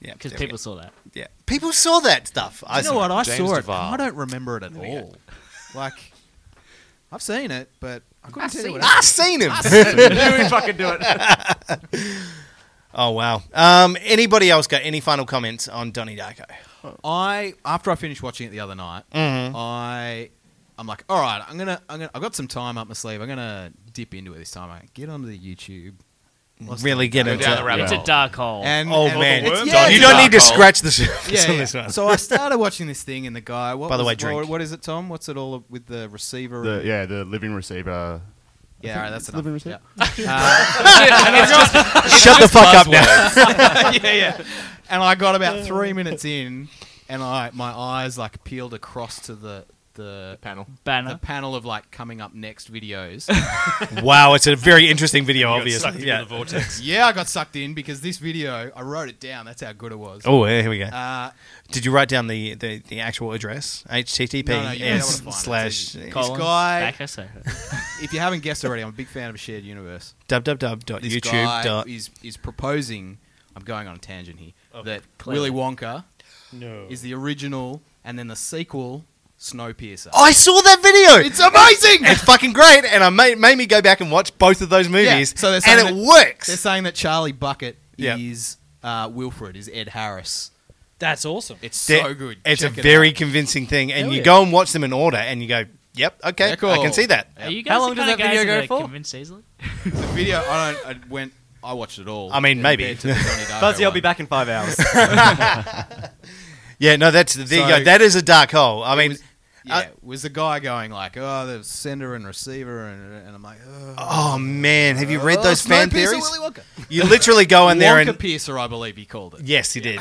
S1: yeah,
S7: Because
S1: there we
S7: people
S1: go.
S7: saw that.
S1: Yeah, people saw that stuff.
S5: Do you know what? I saw it.
S1: Duvall.
S5: I don't remember it at all. Like, I've seen it, but I couldn't
S1: I've
S5: tell you
S1: seen
S5: what.
S1: it. I've seen him.
S5: I've seen it.
S1: Knew he'd fucking do it. Oh wow. Um, anybody else got any final comments on Donnie Darko?
S5: Oh, I after I finished watching it the other night,
S1: Mhm.
S5: I I'm like, all right, I'm gonna I'm gonna I've got some time up my sleeve. I'm gonna dip into it this time. I get onto the YouTube. Let's
S1: Really
S5: do it.
S1: get Go into down it. the rabbit
S7: It's a hole. dark hole.
S5: And,
S1: Oh,
S5: and-
S1: man.
S5: it's-
S1: It's
S5: yeah,
S1: dark.
S5: it's
S1: You
S5: a
S1: don't
S5: dark
S1: need to
S5: hole.
S1: scratch the surface
S5: Yeah,
S1: on
S5: yeah.
S1: this one.
S5: So I started watching this thing, and the guy. What
S1: By the
S5: was
S1: way,
S5: it-
S1: drink.
S5: What is it, Tom? What's it all with the receiver?
S12: The,
S5: and-
S12: yeah, the living receiver.
S5: Yeah, all right, that's enough.
S12: living
S5: Yeah.
S12: receiver.
S5: Uh,
S12: It's Shut just the fuck up now.
S5: yeah, yeah. And I got about three minutes in, and I my eyes like peeled across to the the,
S11: panel
S7: banner
S5: the panel of like coming up next videos.
S1: wow, it's a very interesting video. obviously, yeah.
S5: yeah, I got sucked in because this video I wrote it down. That's how good it was.
S1: Oh, yeah, here we go.
S5: Uh,
S1: Did you write down the, the, the actual address? HTTP
S5: No, no, you'll be able to find it.
S1: slash
S5: It's easy.
S1: dub
S5: this guy.
S7: back us over.
S5: if you haven't guessed already, I'm a big fan of a shared universe.
S1: dub dub dot
S5: This
S1: YouTube
S5: guy
S1: dot
S5: is is proposing. I'm going on a tangent here. that
S1: clearly.
S5: Willy Wonka
S9: No.
S5: is the original, and then the sequel, Snowpiercer.
S1: Oh, I saw that video.
S5: It's amazing.
S1: It's fucking great, and I made, made me go back and watch both of those
S5: Yeah,
S1: movies.
S5: so they're
S1: and
S5: saying
S1: it
S5: that-
S1: works.
S5: They're saying that Charlie Bucket
S1: Yeah.
S5: is uh, Wilfred, is Ed Harris.
S4: That's awesome.
S5: It's
S1: They're-
S5: so good.
S1: It's
S5: Check
S1: a
S5: it
S1: very
S5: out.
S1: convincing thing, and
S5: Hell
S1: you
S5: yeah.
S1: go and watch them in order, and you go, "Yep, okay,
S5: Yeah, cool.
S1: I can see that."
S5: Yeah.
S7: Are you guys
S5: How
S7: the
S5: long does
S7: kinda
S5: that video
S7: guys
S5: go
S7: that are
S5: for?
S7: Convinced easily?
S5: The video. I don't. I went. I watched it all.
S1: I mean, maybe.
S5: compared to the Johnny Darko
S9: Fuzzy, I'll
S5: one.
S9: be back in five hours.
S1: Yeah, no, that's there. you
S5: So-
S1: go. That is a dark hole. I mean,
S5: Yeah, it was the guy going like, "Oh, the sender and receiver," and, and I'm like, "Oh,
S1: oh man, have you read
S5: Oh,
S1: those fan
S5: Snowpiercer,
S1: theories?
S5: Willy Wonka.
S1: You literally go in there
S5: Wonka
S1: and
S5: Piercer, I believe he called it.
S1: Yes, he did.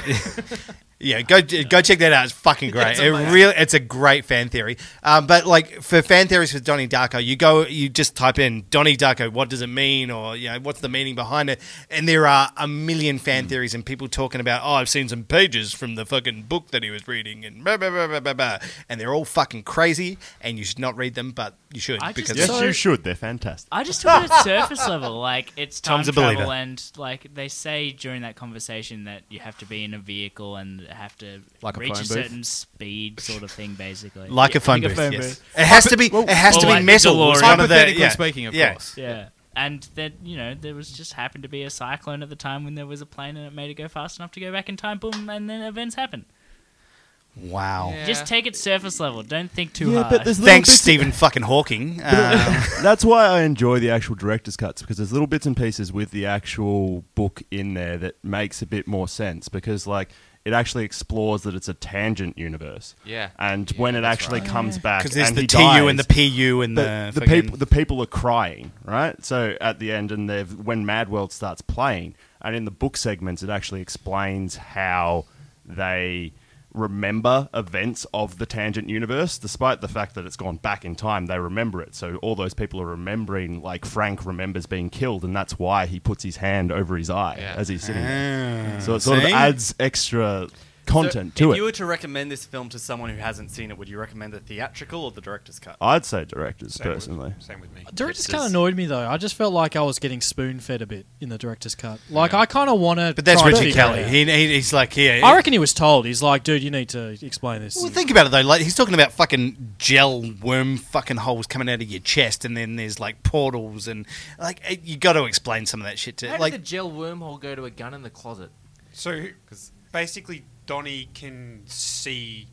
S1: yeah, go go check that out. It's fucking great.
S5: It's
S1: it
S5: amazing.
S1: really, it's a great fan theory. Um, but like for fan theories for Donnie Darko, you go, you just type in Donnie Darko. What does it mean, or you know, what's the meaning behind it? And there are a million fan
S5: Hmm.
S1: theories and people talking about. Oh, I've seen some pages from the fucking book that he was reading, and blah, blah, blah, blah, blah, blah. and they're all fucking crazy. And you should not read them, but you should
S7: I just
S1: because
S12: Yes, you should. They're fantastic.
S7: I just took it at surface level. Like it's time
S1: Tom's a
S7: travel,
S1: believer.
S7: and like they say during that conversation that you have to be in a vehicle and have to
S1: Like a
S7: reach
S1: phone
S7: a
S1: booth?
S7: certain speed, sort of thing, basically.
S1: Like
S7: Yeah,
S1: a phone booth, yes. It has to be- it has
S7: or
S1: to be
S7: like the
S1: metal.
S7: DeLorean.
S1: It's one of the- Hypothetically yeah, speaking, of yeah. course.
S7: Yeah. And then you know there was just happened to be a cyclone at the time when there was a plane and it made it go fast enough to go back in time. Boom, and then events happen.
S1: Wow.
S7: Just take it surface level. Don't think too
S1: Oh. Yeah,
S7: hard.
S1: but there's little Thanks, bits- Stephen fucking Hawking. Uh,
S10: But it- Um, that's why I enjoy the actual director's cuts because there's little bits and pieces with the actual book in there that makes a bit more sense because like it actually explores that it's a tangent universe.
S3: Yeah.
S10: And when it actually comes back,
S1: 'Cause there's
S10: and
S1: the
S10: he
S1: TU and
S10: dies,
S1: the PU and
S10: but
S1: the
S10: the
S1: fucking-
S10: people the people are crying right. So at the end, and they've when Mad World starts playing, and in the book segments, it actually explains how they remember events of the tangent universe despite the fact that it's gone back in time they remember it so all those people are remembering like frank remembers being killed and that's why he puts his hand over his eye as he's sitting there.
S9: Ah,
S10: so it sort
S9: see?
S10: of adds extra content
S9: So
S10: to
S9: if
S10: it
S9: you were to recommend this film to someone who hasn't seen it, would you recommend the theatrical or the director's cut?
S10: i'd say directors
S9: Same with-
S10: personally
S9: same with me.
S4: Director's cut annoyed me though. I just felt like I was getting spoon fed a bit in the director's cut. Like I kind of want to.
S1: But that's Richard Kelly. He, he, he's like, yeah.
S4: I reckon he was told. He's like, dude, you need to explain this.
S1: Well, think about it though. Like he's talking about fucking gel worm fucking holes coming out of your chest, and then there's like portals, and like eh, you got to explain some of that shit to
S11: How
S1: like.
S11: did the gel wormhole go to a gun in the closet?
S8: So, basically, Donnie can see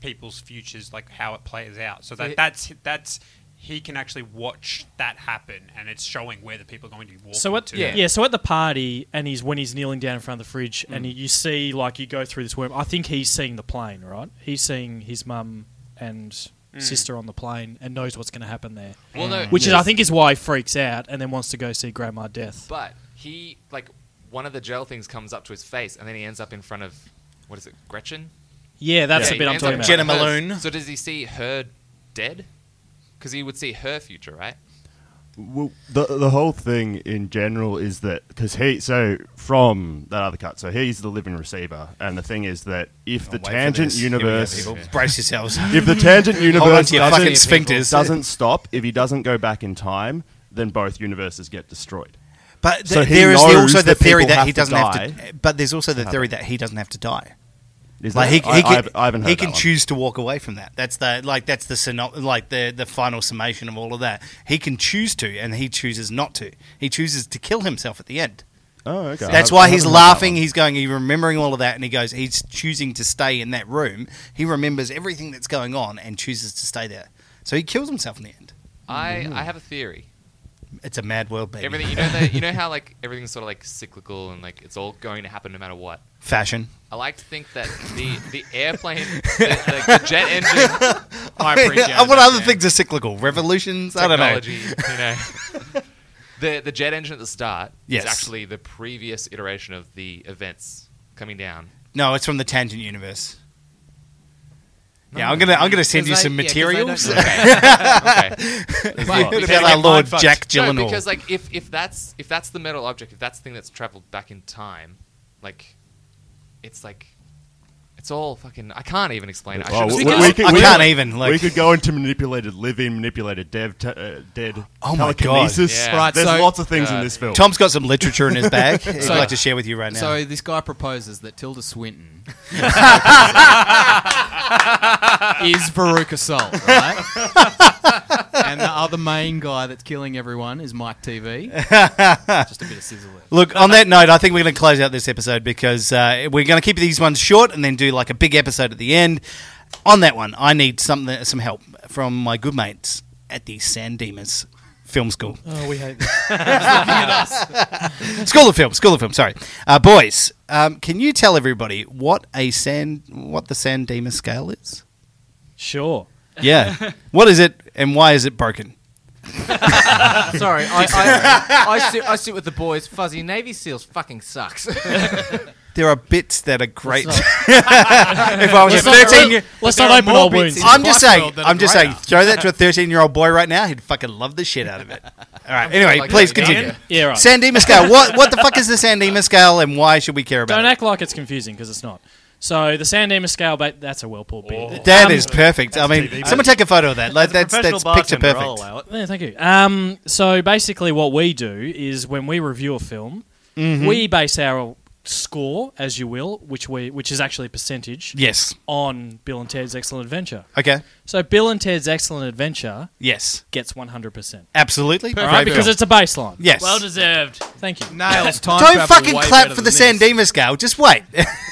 S8: people's futures, like how it plays out. So
S11: So
S8: that
S11: he-
S8: that's that's he can actually watch that happen, and it's showing where the people are going to be walking.
S4: So at
S8: to.
S4: yeah. so at the party, and he's when he's kneeling down in front of the fridge, and
S8: Mm.
S4: you see like you go through this worm. I think he's seeing the plane, right? He's seeing his mum and
S11: Mm.
S4: sister on the plane, and knows what's going to happen there.
S11: Well, no,
S4: which is
S11: yes.
S4: I think is why he freaks out, and then wants to go see Grandma Death.
S3: But he like one of the gel things comes up to his face, and then he ends up in front of what is it, Gretchen?
S4: Yeah, that's the
S3: he
S4: bit I'm
S3: ends up
S4: talking
S3: in front
S4: about.
S3: of
S4: Jenna
S3: hers.
S4: Malone.
S3: So does he see her dead? Because he would see her future, right?
S1: Mm.
S12: Well, the the whole thing in general is that because he so from that other cut, so he's the living receiver, and the thing is that if the
S1: wait for
S12: tangent
S1: this. Here we go,
S12: universe,
S1: people. Brace yourselves.
S12: if the tangent
S1: Hold on to
S12: universe
S1: your fucking
S12: doesn't-
S1: sphincters.
S12: doesn't stop, if he doesn't go back in time, then both universes get destroyed.
S1: But th-
S12: So he
S1: there is
S12: knows
S1: also the
S12: that
S1: theory
S12: people
S1: that
S12: have
S1: he
S12: to
S1: doesn't have
S12: die.
S1: to. eh, But there's also the
S12: To
S1: theory
S12: happen.
S1: that he doesn't have to die.
S12: Is
S1: like
S12: that-
S1: he,
S12: I-
S1: he can,
S12: I've- I haven't
S1: he
S12: heard
S1: can
S12: that one.
S1: choose to walk away from that. That's the like that's the synop- like the the final summation of all of that. He can choose to, and he chooses not to. He chooses to kill himself at the end.
S12: Oh, okay.
S1: That's
S12: I- I
S1: why he's
S12: haven't heard that
S1: laughing. He's going. He's remembering all of that, and he goes. He's choosing to stay in that room. He remembers everything that's going on and chooses to stay there. So he kills himself in the end.
S3: I
S12: Mm-hmm.
S3: I have a theory.
S1: It's a mad world, Oh, baby.
S3: Everything you know that you know how like everything's sort of like cyclical and like it's all going to happen no matter what.
S1: Fashion.
S3: I like to think that the the airplane, the, the, the jet engine.
S1: I what other things are cyclical? Revolutions?
S3: technology,
S1: I don't know.
S3: you know. The, the jet engine at the start
S1: Yes.
S3: is actually the previous iteration of the events coming down.
S1: No, it's from the tangent universe. yeah,
S3: No,
S1: I'm gonna I'm gonna send you
S3: because
S1: some
S3: I- yeah,
S1: materials.
S3: 'cause I don't know. okay.
S1: Have
S3: But-
S1: you heard
S3: because-
S1: about our Lord Jack Gyllenhaal?
S3: No, because like if, if that's if that's the metal object, if that's the thing that's traveled back in time, like it's like it's all fucking. I can't even explain it. I
S12: Well,
S1: Oh,
S3: should've
S12: we-
S3: said
S12: we
S3: that.
S12: could- we- we could go into manipulated living, manipulated dev, te- uh, dead.
S1: Oh my god!
S12: telekinesis. There's lots of things in this film.
S1: Tom's got some literature in his bag. He'd like to share with you right now.
S15: So this guy proposes that Tilda Swinton is Veruca Salt, right? and the other main guy that's killing everyone is Mike TV. Just a bit of sizzle. there.
S1: Look, on that note, I think we're going to close out this episode because uh, we're going to keep these ones short and then do like a big episode at the end. On that one, I need something, some help from my good mates at the San Dimas Film School.
S4: Oh, we hate this.
S1: School of Film, School of Film. Sorry, uh, boys. Um, can you tell everybody what a San, what the San Dimas scale is?
S4: Sure.
S1: Yeah. what is it, and why is it broken?
S11: Uh, Sorry, I, I, I, sit, I sit with the boys. Fuzzy Navy SEALs fucking sucks.
S1: There are bits that are great.
S11: not-
S1: if I was
S11: Let's
S1: a
S11: not-
S1: thirteen, year,
S11: let's not There are open more old bits wounds. in
S1: I'm just
S11: Black
S1: saying.
S11: World that are
S1: I'm just saying.
S11: greater.
S1: Throw that to a thirteen-year-old boy right now. He'd fucking love the shit out of it. All right.
S4: I'm
S1: Anyway,
S4: like
S1: please
S4: that again.
S1: continue.
S4: Yeah, right.
S1: San Dimas scale. What what the fuck is the San Dimas scale, and why should we care about
S4: Don't act like it's confusing because it's not. So the San Dimas scale, ba- that's a Whirlpool bin.
S1: it? That is perfect. I mean, someone take a photo of that. Like
S4: As a
S1: that's
S4: professional
S1: that's picture
S4: bartender, I'll
S1: perfect.
S4: Yeah, thank you. Um, so basically, what we do is when we review a film,
S1: Mhm.
S4: we base our score, as you will, which we which is actually a percentage.
S16: Yes.
S4: On Bill and Ted's Excellent Adventure.
S16: Okay.
S4: So Bill and Ted's Excellent Adventure.
S16: Yes.
S4: Gets one hundred percent.
S16: Absolutely.
S4: All right, because it's a baseline.
S16: Yes.
S7: Well deserved.
S4: Thank you.
S5: Nails
S1: Don't fucking clap for the San Dimas scale. Just wait.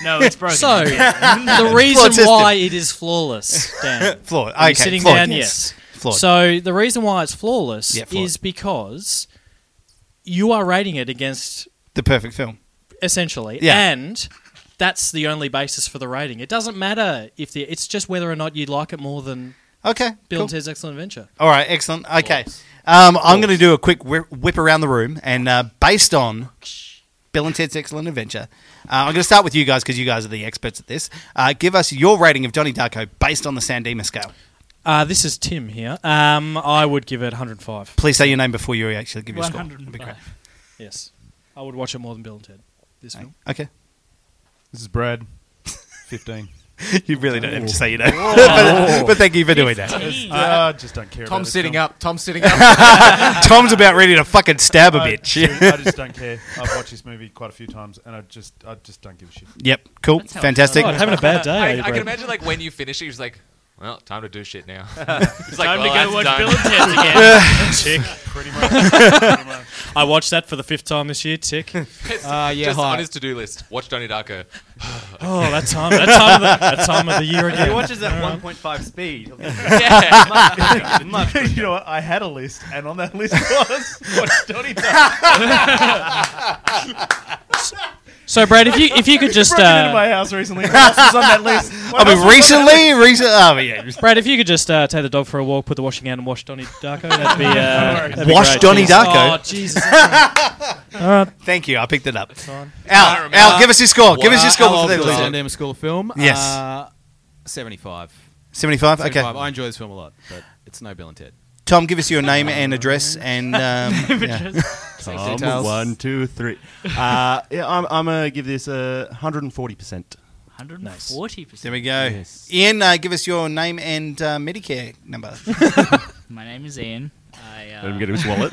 S7: No, it's broken.
S4: So the
S7: Flawed
S4: reason
S7: system.
S4: why it is flawless, Dan.
S1: Flawed.
S4: Are you
S1: Okay,
S4: sitting
S1: flawed,
S4: down? Yes.
S1: yes. Flawed.
S4: So the reason why it's flawless
S1: Yeah, flawed.
S4: is because you are rating it against
S1: the perfect film.
S4: essentially,
S1: Yeah.
S4: and that's the only basis for the rating. It doesn't matter if the it's just whether or not you like it more than
S1: okay.
S4: Bill
S1: cool.
S4: and Ted's Excellent Adventure.
S1: All right, excellent. Okay. Um, I'm going to do a quick whi- whip around the room, and uh, based on Bill and Ted's Excellent Adventure, uh, I'm going to start with you guys because you guys are the experts at this. Uh, give us your rating of Johnny Darko based on the Sandema scale.
S4: Uh, this is Tim here. Um, I would give it 105.
S1: Please say your name before you actually give your score. That'd be great.
S4: Yes, I would watch it more than Bill and Ted. This film.
S1: Okay.
S6: This is Brad. 15.
S1: You really don't have to say you don't.
S6: Whoa.
S1: but, but thank you for doing that.
S6: Just- uh, just don't care.
S11: Tom's
S6: about
S11: sitting
S6: this film.
S11: up. Tom's sitting up.
S1: Tom's about ready to fucking stab a
S6: I-
S1: bitch.
S6: shoot, I just don't care. I've watched this movie quite a few times, and I just, I just don't give a shit.
S1: Yep. Cool. That's how it Fantastic.
S4: Oh, having a bad day.
S3: I,
S4: eh,
S3: I
S4: Brad?
S3: can imagine like when you finish it, you're just like, well, time to do shit now. It's
S2: Time to
S3: "Well,
S2: go watch
S3: that's done."
S2: Bill and Ted's again. Tick. Pretty much. Pretty much.
S4: I watched that for the fifth time this year. Tick. Uh,
S3: It's
S4: yeah,
S3: just
S4: hi.
S3: on his to-do list. Watch Donnie Darko.
S4: Oh, that time, that time, of the, that time of the year again.
S9: He watches at
S4: All right.
S9: 1.5 speed.
S6: you know what? I had a list, and on that list was watch Donnie Darko.
S4: So, Brad, if you if you could just
S6: broken into
S4: uh,
S6: my house recently. What else was on that list? What
S1: I mean,
S6: else was on that
S1: recently,
S6: list?
S1: recently. Oh, yeah.
S4: Brad, if you could just uh, take the dog for a walk, put the washing out, and wash Donnie Darko, that'd be, uh, that'd be
S1: Wash
S4: great.
S1: Donnie
S4: Jesus.
S1: Darko?
S4: Oh, Jesus.
S1: Thank you. I picked it up.
S4: fine.
S1: Al,
S5: Uh,
S1: Al, give us your score. Give us your score.
S5: Al
S1: before they
S5: Albright,
S1: lose it.
S5: San Dimas School of Film.
S1: Yes.
S5: Uh, 75.
S1: 75? Okay.
S5: I enjoy this film a lot, but it's no Bill and Ted.
S1: Tom, give us your name and address and um,
S5: Name,
S1: yeah.
S5: address. Thanks,
S1: Tom,
S5: details.
S1: one.
S10: One, two, three. Uh, yeah, I'm, I'm gonna give this a 140 percent.
S7: 140 percent.
S1: There we go. Ian, uh, give us your name and uh, Medicare number.
S7: My name is Ian. I, uh,
S10: Let him get his wallet.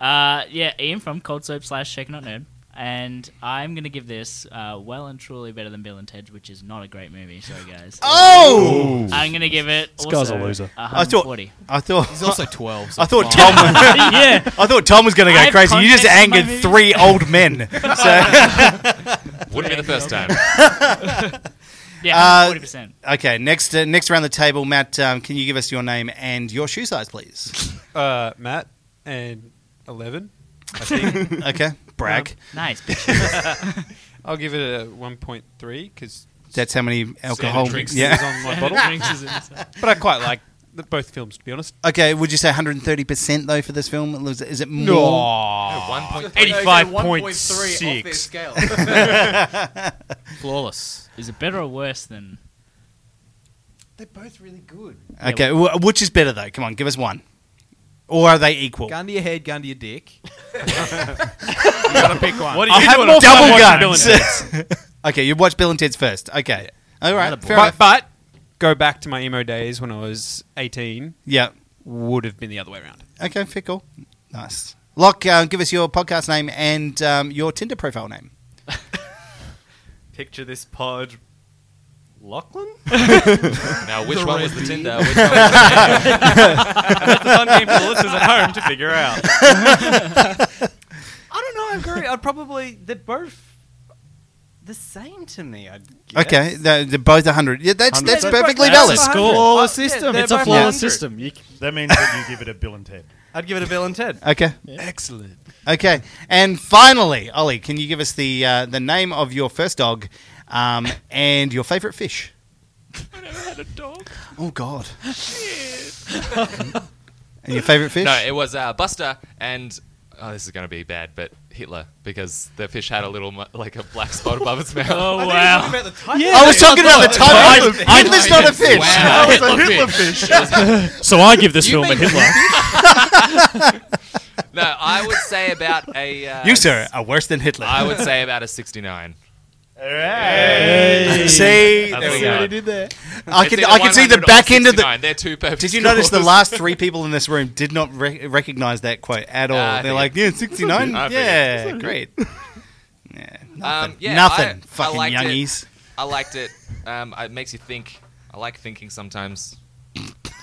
S7: uh, yeah, Ian from Cold Soap slash Check Not Nerd. And I'm going to give this uh, well and truly better than Bill and Ted, which is not a great movie. Sorry, guys.
S1: Oh!
S7: I'm going to give it.
S1: This
S7: also
S1: guy's a loser. I thought-
S7: 140.
S1: I thought
S7: He's
S5: also 12,
S1: I thought
S7: fine.
S1: Tom.
S7: Yeah.
S1: I thought Tom was going to
S7: I
S1: go
S7: have
S1: crazy. You just
S7: context in my
S1: angered
S7: movies.
S1: three old men. So.
S3: Wouldn't be the first time.
S7: Yeah,
S1: Uh,
S7: 140%.
S1: Okay, next uh, next round the table, Matt. Um, can you give us your name and your shoe size, please?
S8: Uh, Matt and 11, I think. Um,
S1: okay, brag.
S7: Nice,
S8: I'll give it a 1.3 because.
S1: That's how many alcohol-
S8: drinks
S1: yeah.
S8: is on my
S7: Standard
S8: bottle.
S7: drinks is inside.
S8: but I quite like the, both films, to be honest.
S1: Okay, would you say 130 percent though for this film? Is it- Is it more?
S8: No. No, 1.3.
S11: 85.3 off their scale.
S5: Flawless.
S7: Is it better or worse than.
S9: They're both really good.
S1: Okay, wh- which is better though? Come on, give us one. Or are they equal?
S5: Gun to your head, gun to your dick. you gotta pick one.
S1: I have double guns. okay, you watch Bill and Ted's first. Okay, all right, fair
S8: but,
S1: enough.
S8: but go back to my emo days when I was 18.
S1: Yeah.
S8: Would have been the other way around.
S1: Okay, fair cool. Nice. Locke, uh, give us your podcast name and um, your Tinder profile name.
S9: Picture this pod. Lachlan?
S3: Now, which The one was the red Tinder? beard. Which one was the-
S9: That's a fun game for the listeners at home to figure out. I don't know, I agree. I'd probably. They're both the same to me, I'd guess.
S1: Okay, they're, they're both 100. Yeah, that's that's
S9: 100.
S1: perfectly
S9: That's a
S1: valid.
S9: score. Flawless Oh, yeah, system. they're
S6: It's a
S9: both
S6: flawless
S9: 100.
S6: system. You, c- that means that you give it a Bill and Ted.
S9: I'd give it a Bill and Ted.
S1: Okay.
S9: Excellent.
S1: Okay, and finally, Ollie, can you give us the uh, the name of your first dog um, and your favourite fish? I never had a dog. Oh God! and your favourite fish?
S3: No, it was uh, Buster and. Oh, this is going to be bad, but Hitler, because the fish had a little, mu- like a black spot above its mouth.
S2: Oh,
S9: I thought you were
S2: wow.
S9: talking about the type
S2: Yeah,
S9: of
S2: I
S9: fish.
S2: was talking about the type of-
S9: I-
S2: Hitler's not a fish.
S9: Wow.
S2: That was a Hitler fish.
S4: so I give this
S3: You
S4: film a
S3: mean-
S4: Hitler.
S3: no, I would say about a. Uh,
S1: you sir are worse than Hitler.
S3: I would say about a 69.
S1: Hey. See,
S3: That's
S1: there
S3: what
S1: we
S3: we
S1: go.
S3: got.
S1: I
S3: It's
S1: can,
S3: either
S1: I can see the
S3: 100 or
S1: back end of the.
S3: 69. They're two perfect
S1: Did you notice the
S3: scores.
S1: last three people in this room did not re- recognize that quote at all?
S3: Nah, I
S1: They're
S3: think
S1: like,
S3: it-
S1: yeah,
S3: Uh, I
S1: 69.
S3: think it-
S1: Yeah,
S3: it's
S1: great.
S3: okay.
S1: yeah,
S3: Um, yeah,
S1: Nothing,
S3: I,
S1: fucking
S3: I liked
S1: youngies.
S3: It. I liked it. Um, it makes you think. I like thinking sometimes.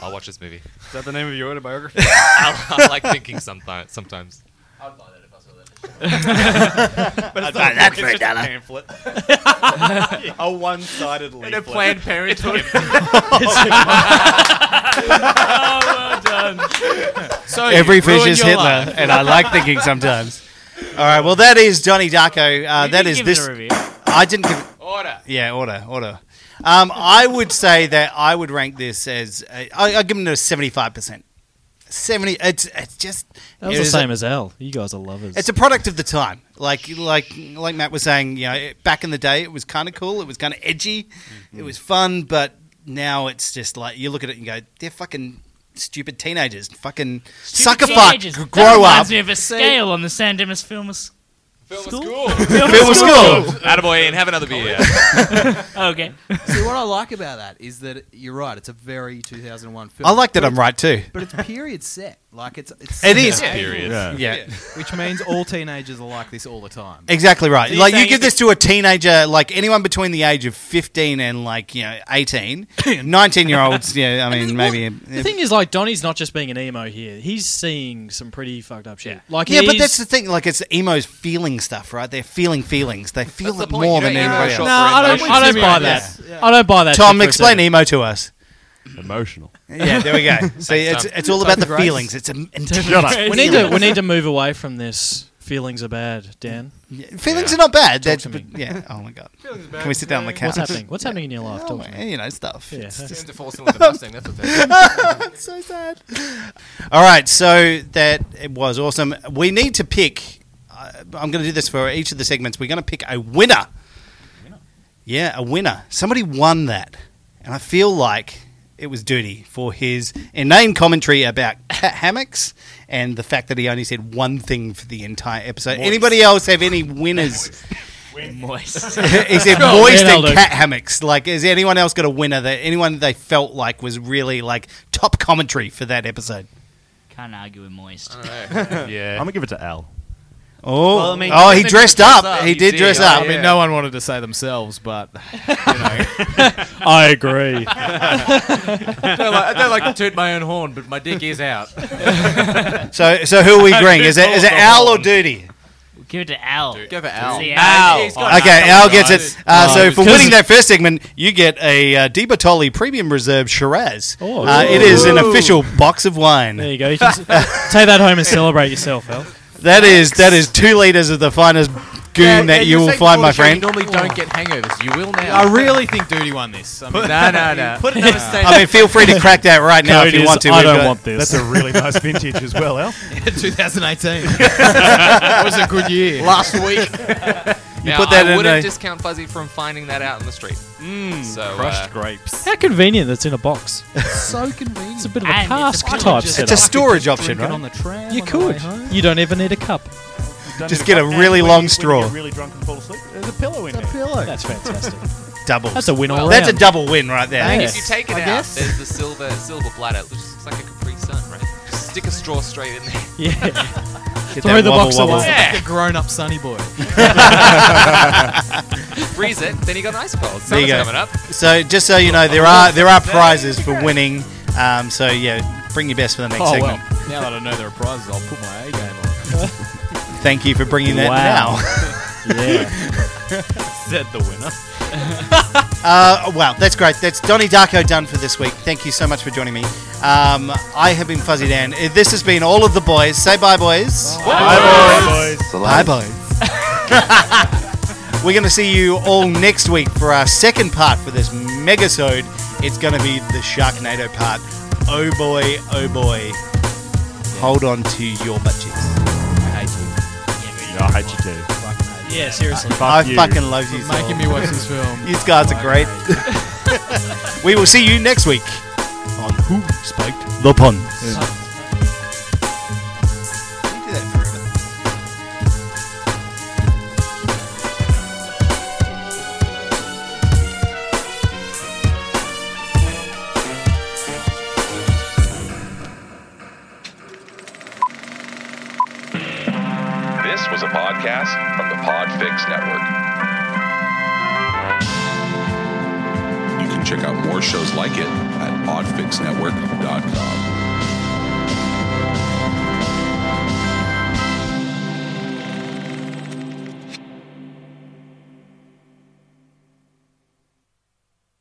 S3: I'll watch this movie.
S9: Is that the name of your autobiography?
S3: I, I like thinking sometimes. Sometimes.
S9: I'd buy that if I saw
S3: that.
S9: but
S3: I'd
S9: it's
S3: buy
S9: not a
S3: that
S9: book,
S3: for
S9: it's
S3: a
S9: just
S3: dollar.
S9: pamphlet. a one-sided leaflet.
S11: And a Planned Parenthood.
S9: oh, well done.
S3: Oh,
S1: Every fish is Hitler, and I like thinking sometimes. All right, well, that is Johnny Darko. Uh,
S7: You
S1: that
S7: didn't
S1: is
S7: give it
S1: this.
S7: a review.
S1: I didn't give. Order. Yeah, order, order. Um, I would say that I would rank this as uh, I, I give it a seventy-five percent. Seventy. It's, it's just.
S4: That was
S1: it
S4: the
S1: is a-
S4: same as L. You guys are lovers.
S1: It's a product of the time. Like like like Matt was saying, you know, it- back in the day it was kind of cool, it was kind of edgy,
S5: Mm-hmm.
S1: it was fun, but now it's just like you look at it and go, they're fucking stupid teenagers, fucking sucker fuck,
S7: Teenagers.
S1: g-
S7: That
S1: grow
S7: reminds
S1: up.
S7: me of a scale on the San Dimas Film s- School.
S1: Film school.
S3: Attaboy, Ian, have another beer.
S7: okay.
S5: See, what I like about that is that you're right. It's a very 2001 film.
S1: I like that
S5: But
S1: I'm
S5: it's-
S1: right too.
S5: But it's period set. Like it's it's
S1: It
S5: set
S1: is
S5: in the
S1: period.
S5: 80s.
S1: Yeah.
S5: Which means all teenagers are like this all the time.
S1: Exactly right.
S5: So you're
S1: like you
S5: saying
S1: give
S5: it's-
S1: this to a teenager, like anyone between the age of 15 and like, you know, 18, 19 year olds, yeah, I mean, maybe
S4: The thing is, like, Donnie's not just being an emo here. He's seeing some pretty fucked up shit. Like,
S1: yeah, but
S4: he's-
S1: that's the thing. Like, it's emo's feeling stuff, right? They're feeling feelings. They feel
S4: the
S1: it
S4: point, you
S1: more
S4: know,
S1: than
S4: emo
S1: anybody
S4: shop
S1: else.
S4: No, I don't- for I don't buy emotions. that. Yeah. I don't buy that shit
S1: Tom,
S4: for a
S1: explain
S4: second.
S1: emo to us.
S12: Emotional.
S1: Yeah, there we go. See, it's, it's all about the
S4: Grace.
S1: feelings. It's a
S4: we need to we need to move away from this. Feelings are bad, Dan.
S1: Feelings are not bad.
S4: Talk
S1: That's
S4: to me.
S1: yeah. Oh my god. Can we sit down on the couch?
S4: What's happening? What's happening in your life? Talk to
S1: Yeah, you know stuff.
S4: Yeah.
S1: It's just-
S4: Turn to
S11: four-cylinder Mustang, that's what that
S1: It's so sad. All right, so that it was awesome. We need to pick. Uh, I'm going to do this for each of the segments. We're going to pick a winner. Yeah, a winner. Somebody won that, and I feel like it was Duty for his inane commentary about cat hammocks and the fact that he only said one thing for the entire episode.
S7: Moist.
S1: Anybody else have any winners?
S7: Moist.
S1: he said
S7: Go on,
S1: moist
S7: then,
S1: and
S7: Aldo.
S1: cat hammocks. Like, has anyone else got a winner that anyone they felt like was really like top commentary for that episode?
S7: Can't argue with moist.
S12: I'm gonna give it to Al.
S1: Oh,
S12: Well, I mean,
S1: oh, he
S12: technically
S1: dressed
S12: dressed
S1: up.
S12: up.
S1: He
S12: He
S1: did
S12: did,
S1: dress
S12: oh,
S1: up.
S5: I mean, no one wanted to say themselves, but you know.
S4: I agree.
S11: I don't like, I don't like to toot my own horn, but my dick is out.
S1: So, so who are we agreeing? Is it is it Al or Duty?
S7: Give it to Al.
S11: Give it to Al.
S7: See,
S11: Al.
S7: He's got
S1: Okay,
S7: nothing,
S1: Al gets
S7: guys.
S1: it. Uh,
S7: Oh,
S1: so for
S7: because-
S1: winning that first segment, you get a uh, Di Bartoli Premium Reserve Shiraz. uh, it is an
S4: Oh, Ooh.
S1: official box of wine.
S4: There you go. You can s- uh, take that home and celebrate yourself, Al.
S1: That is that is two liters of the finest goon that you will find, my friend.
S11: normally don't get hangovers. You will now.
S5: I really think Duty won this. I mean,
S11: No, no, no.
S5: Put
S11: another
S1: I mean, feel free to crack that right now if
S4: Code
S1: you
S4: is,
S1: want to.
S4: I
S1: We've
S4: don't
S1: got-
S4: want this.
S6: That's a really nice vintage as well, Al.
S5: 2018. that was a good year.
S11: Last week.
S1: You
S3: Now,
S1: put that
S3: I
S1: in
S3: wouldn't
S1: a-
S3: discount Fuzzy from finding that out in the street. so,
S12: crushed
S3: uh,
S12: grapes.
S4: How convenient that's in a box.
S5: so convenient. It's
S4: a bit of a And it's cask a- type
S1: It's
S4: setup.
S1: a storage option,
S4: Drink it
S1: right?
S4: on the You could. You don't even need a cup.
S1: Just get a really long straw.
S6: really drunk and fall asleep. There's a pillow in there.
S5: pillow.
S4: That's fantastic.
S1: Double.
S4: That's a win all
S1: That's a
S4: round.
S1: double win right there.
S3: If you take it out, there's the silver silver bladder. It looks like a Capri Sun, right? Just stick a straw straight in there.
S1: Get
S4: Throw
S1: that
S4: the
S1: wobble,
S4: box
S1: wobble.
S4: away.
S5: Like a grown-up sunny boy.
S3: Freeze it, then you got an ice cold.
S1: There you
S3: Summer's
S1: go.
S3: coming up.
S1: So just so you know, there are there are prizes for winning. Um, so yeah, bring your best for the next
S5: oh well.
S1: segment.
S5: Now that I know there are prizes, I'll put my A game on.
S1: Thank you for bringing that
S5: Wow.
S1: now.
S12: Said the winner.
S1: Uh, wow, that's great. That's Donnie Darko done for this week. Thank you so much for joining me. Um, I have been Fuzzy Dan. Uh, This has been all of the boys. Say bye, boys.
S6: Bye, boys.
S1: Bye, boys. We're going to see you all next week for our second part for this megasode. It's going to be the Sharknado part. Oh boy, oh boy. Hold on to your butt cheeks.
S5: I hate you.
S12: I hate you too.
S4: Yeah, seriously.
S1: I fucking love you.
S5: For making me watch this film.
S1: These guys are great. we will see you next week on Who Spiked the Pun.
S16: This was a podcast from the Podfix Network. Check out more shows like it at oddfixnetwork.com.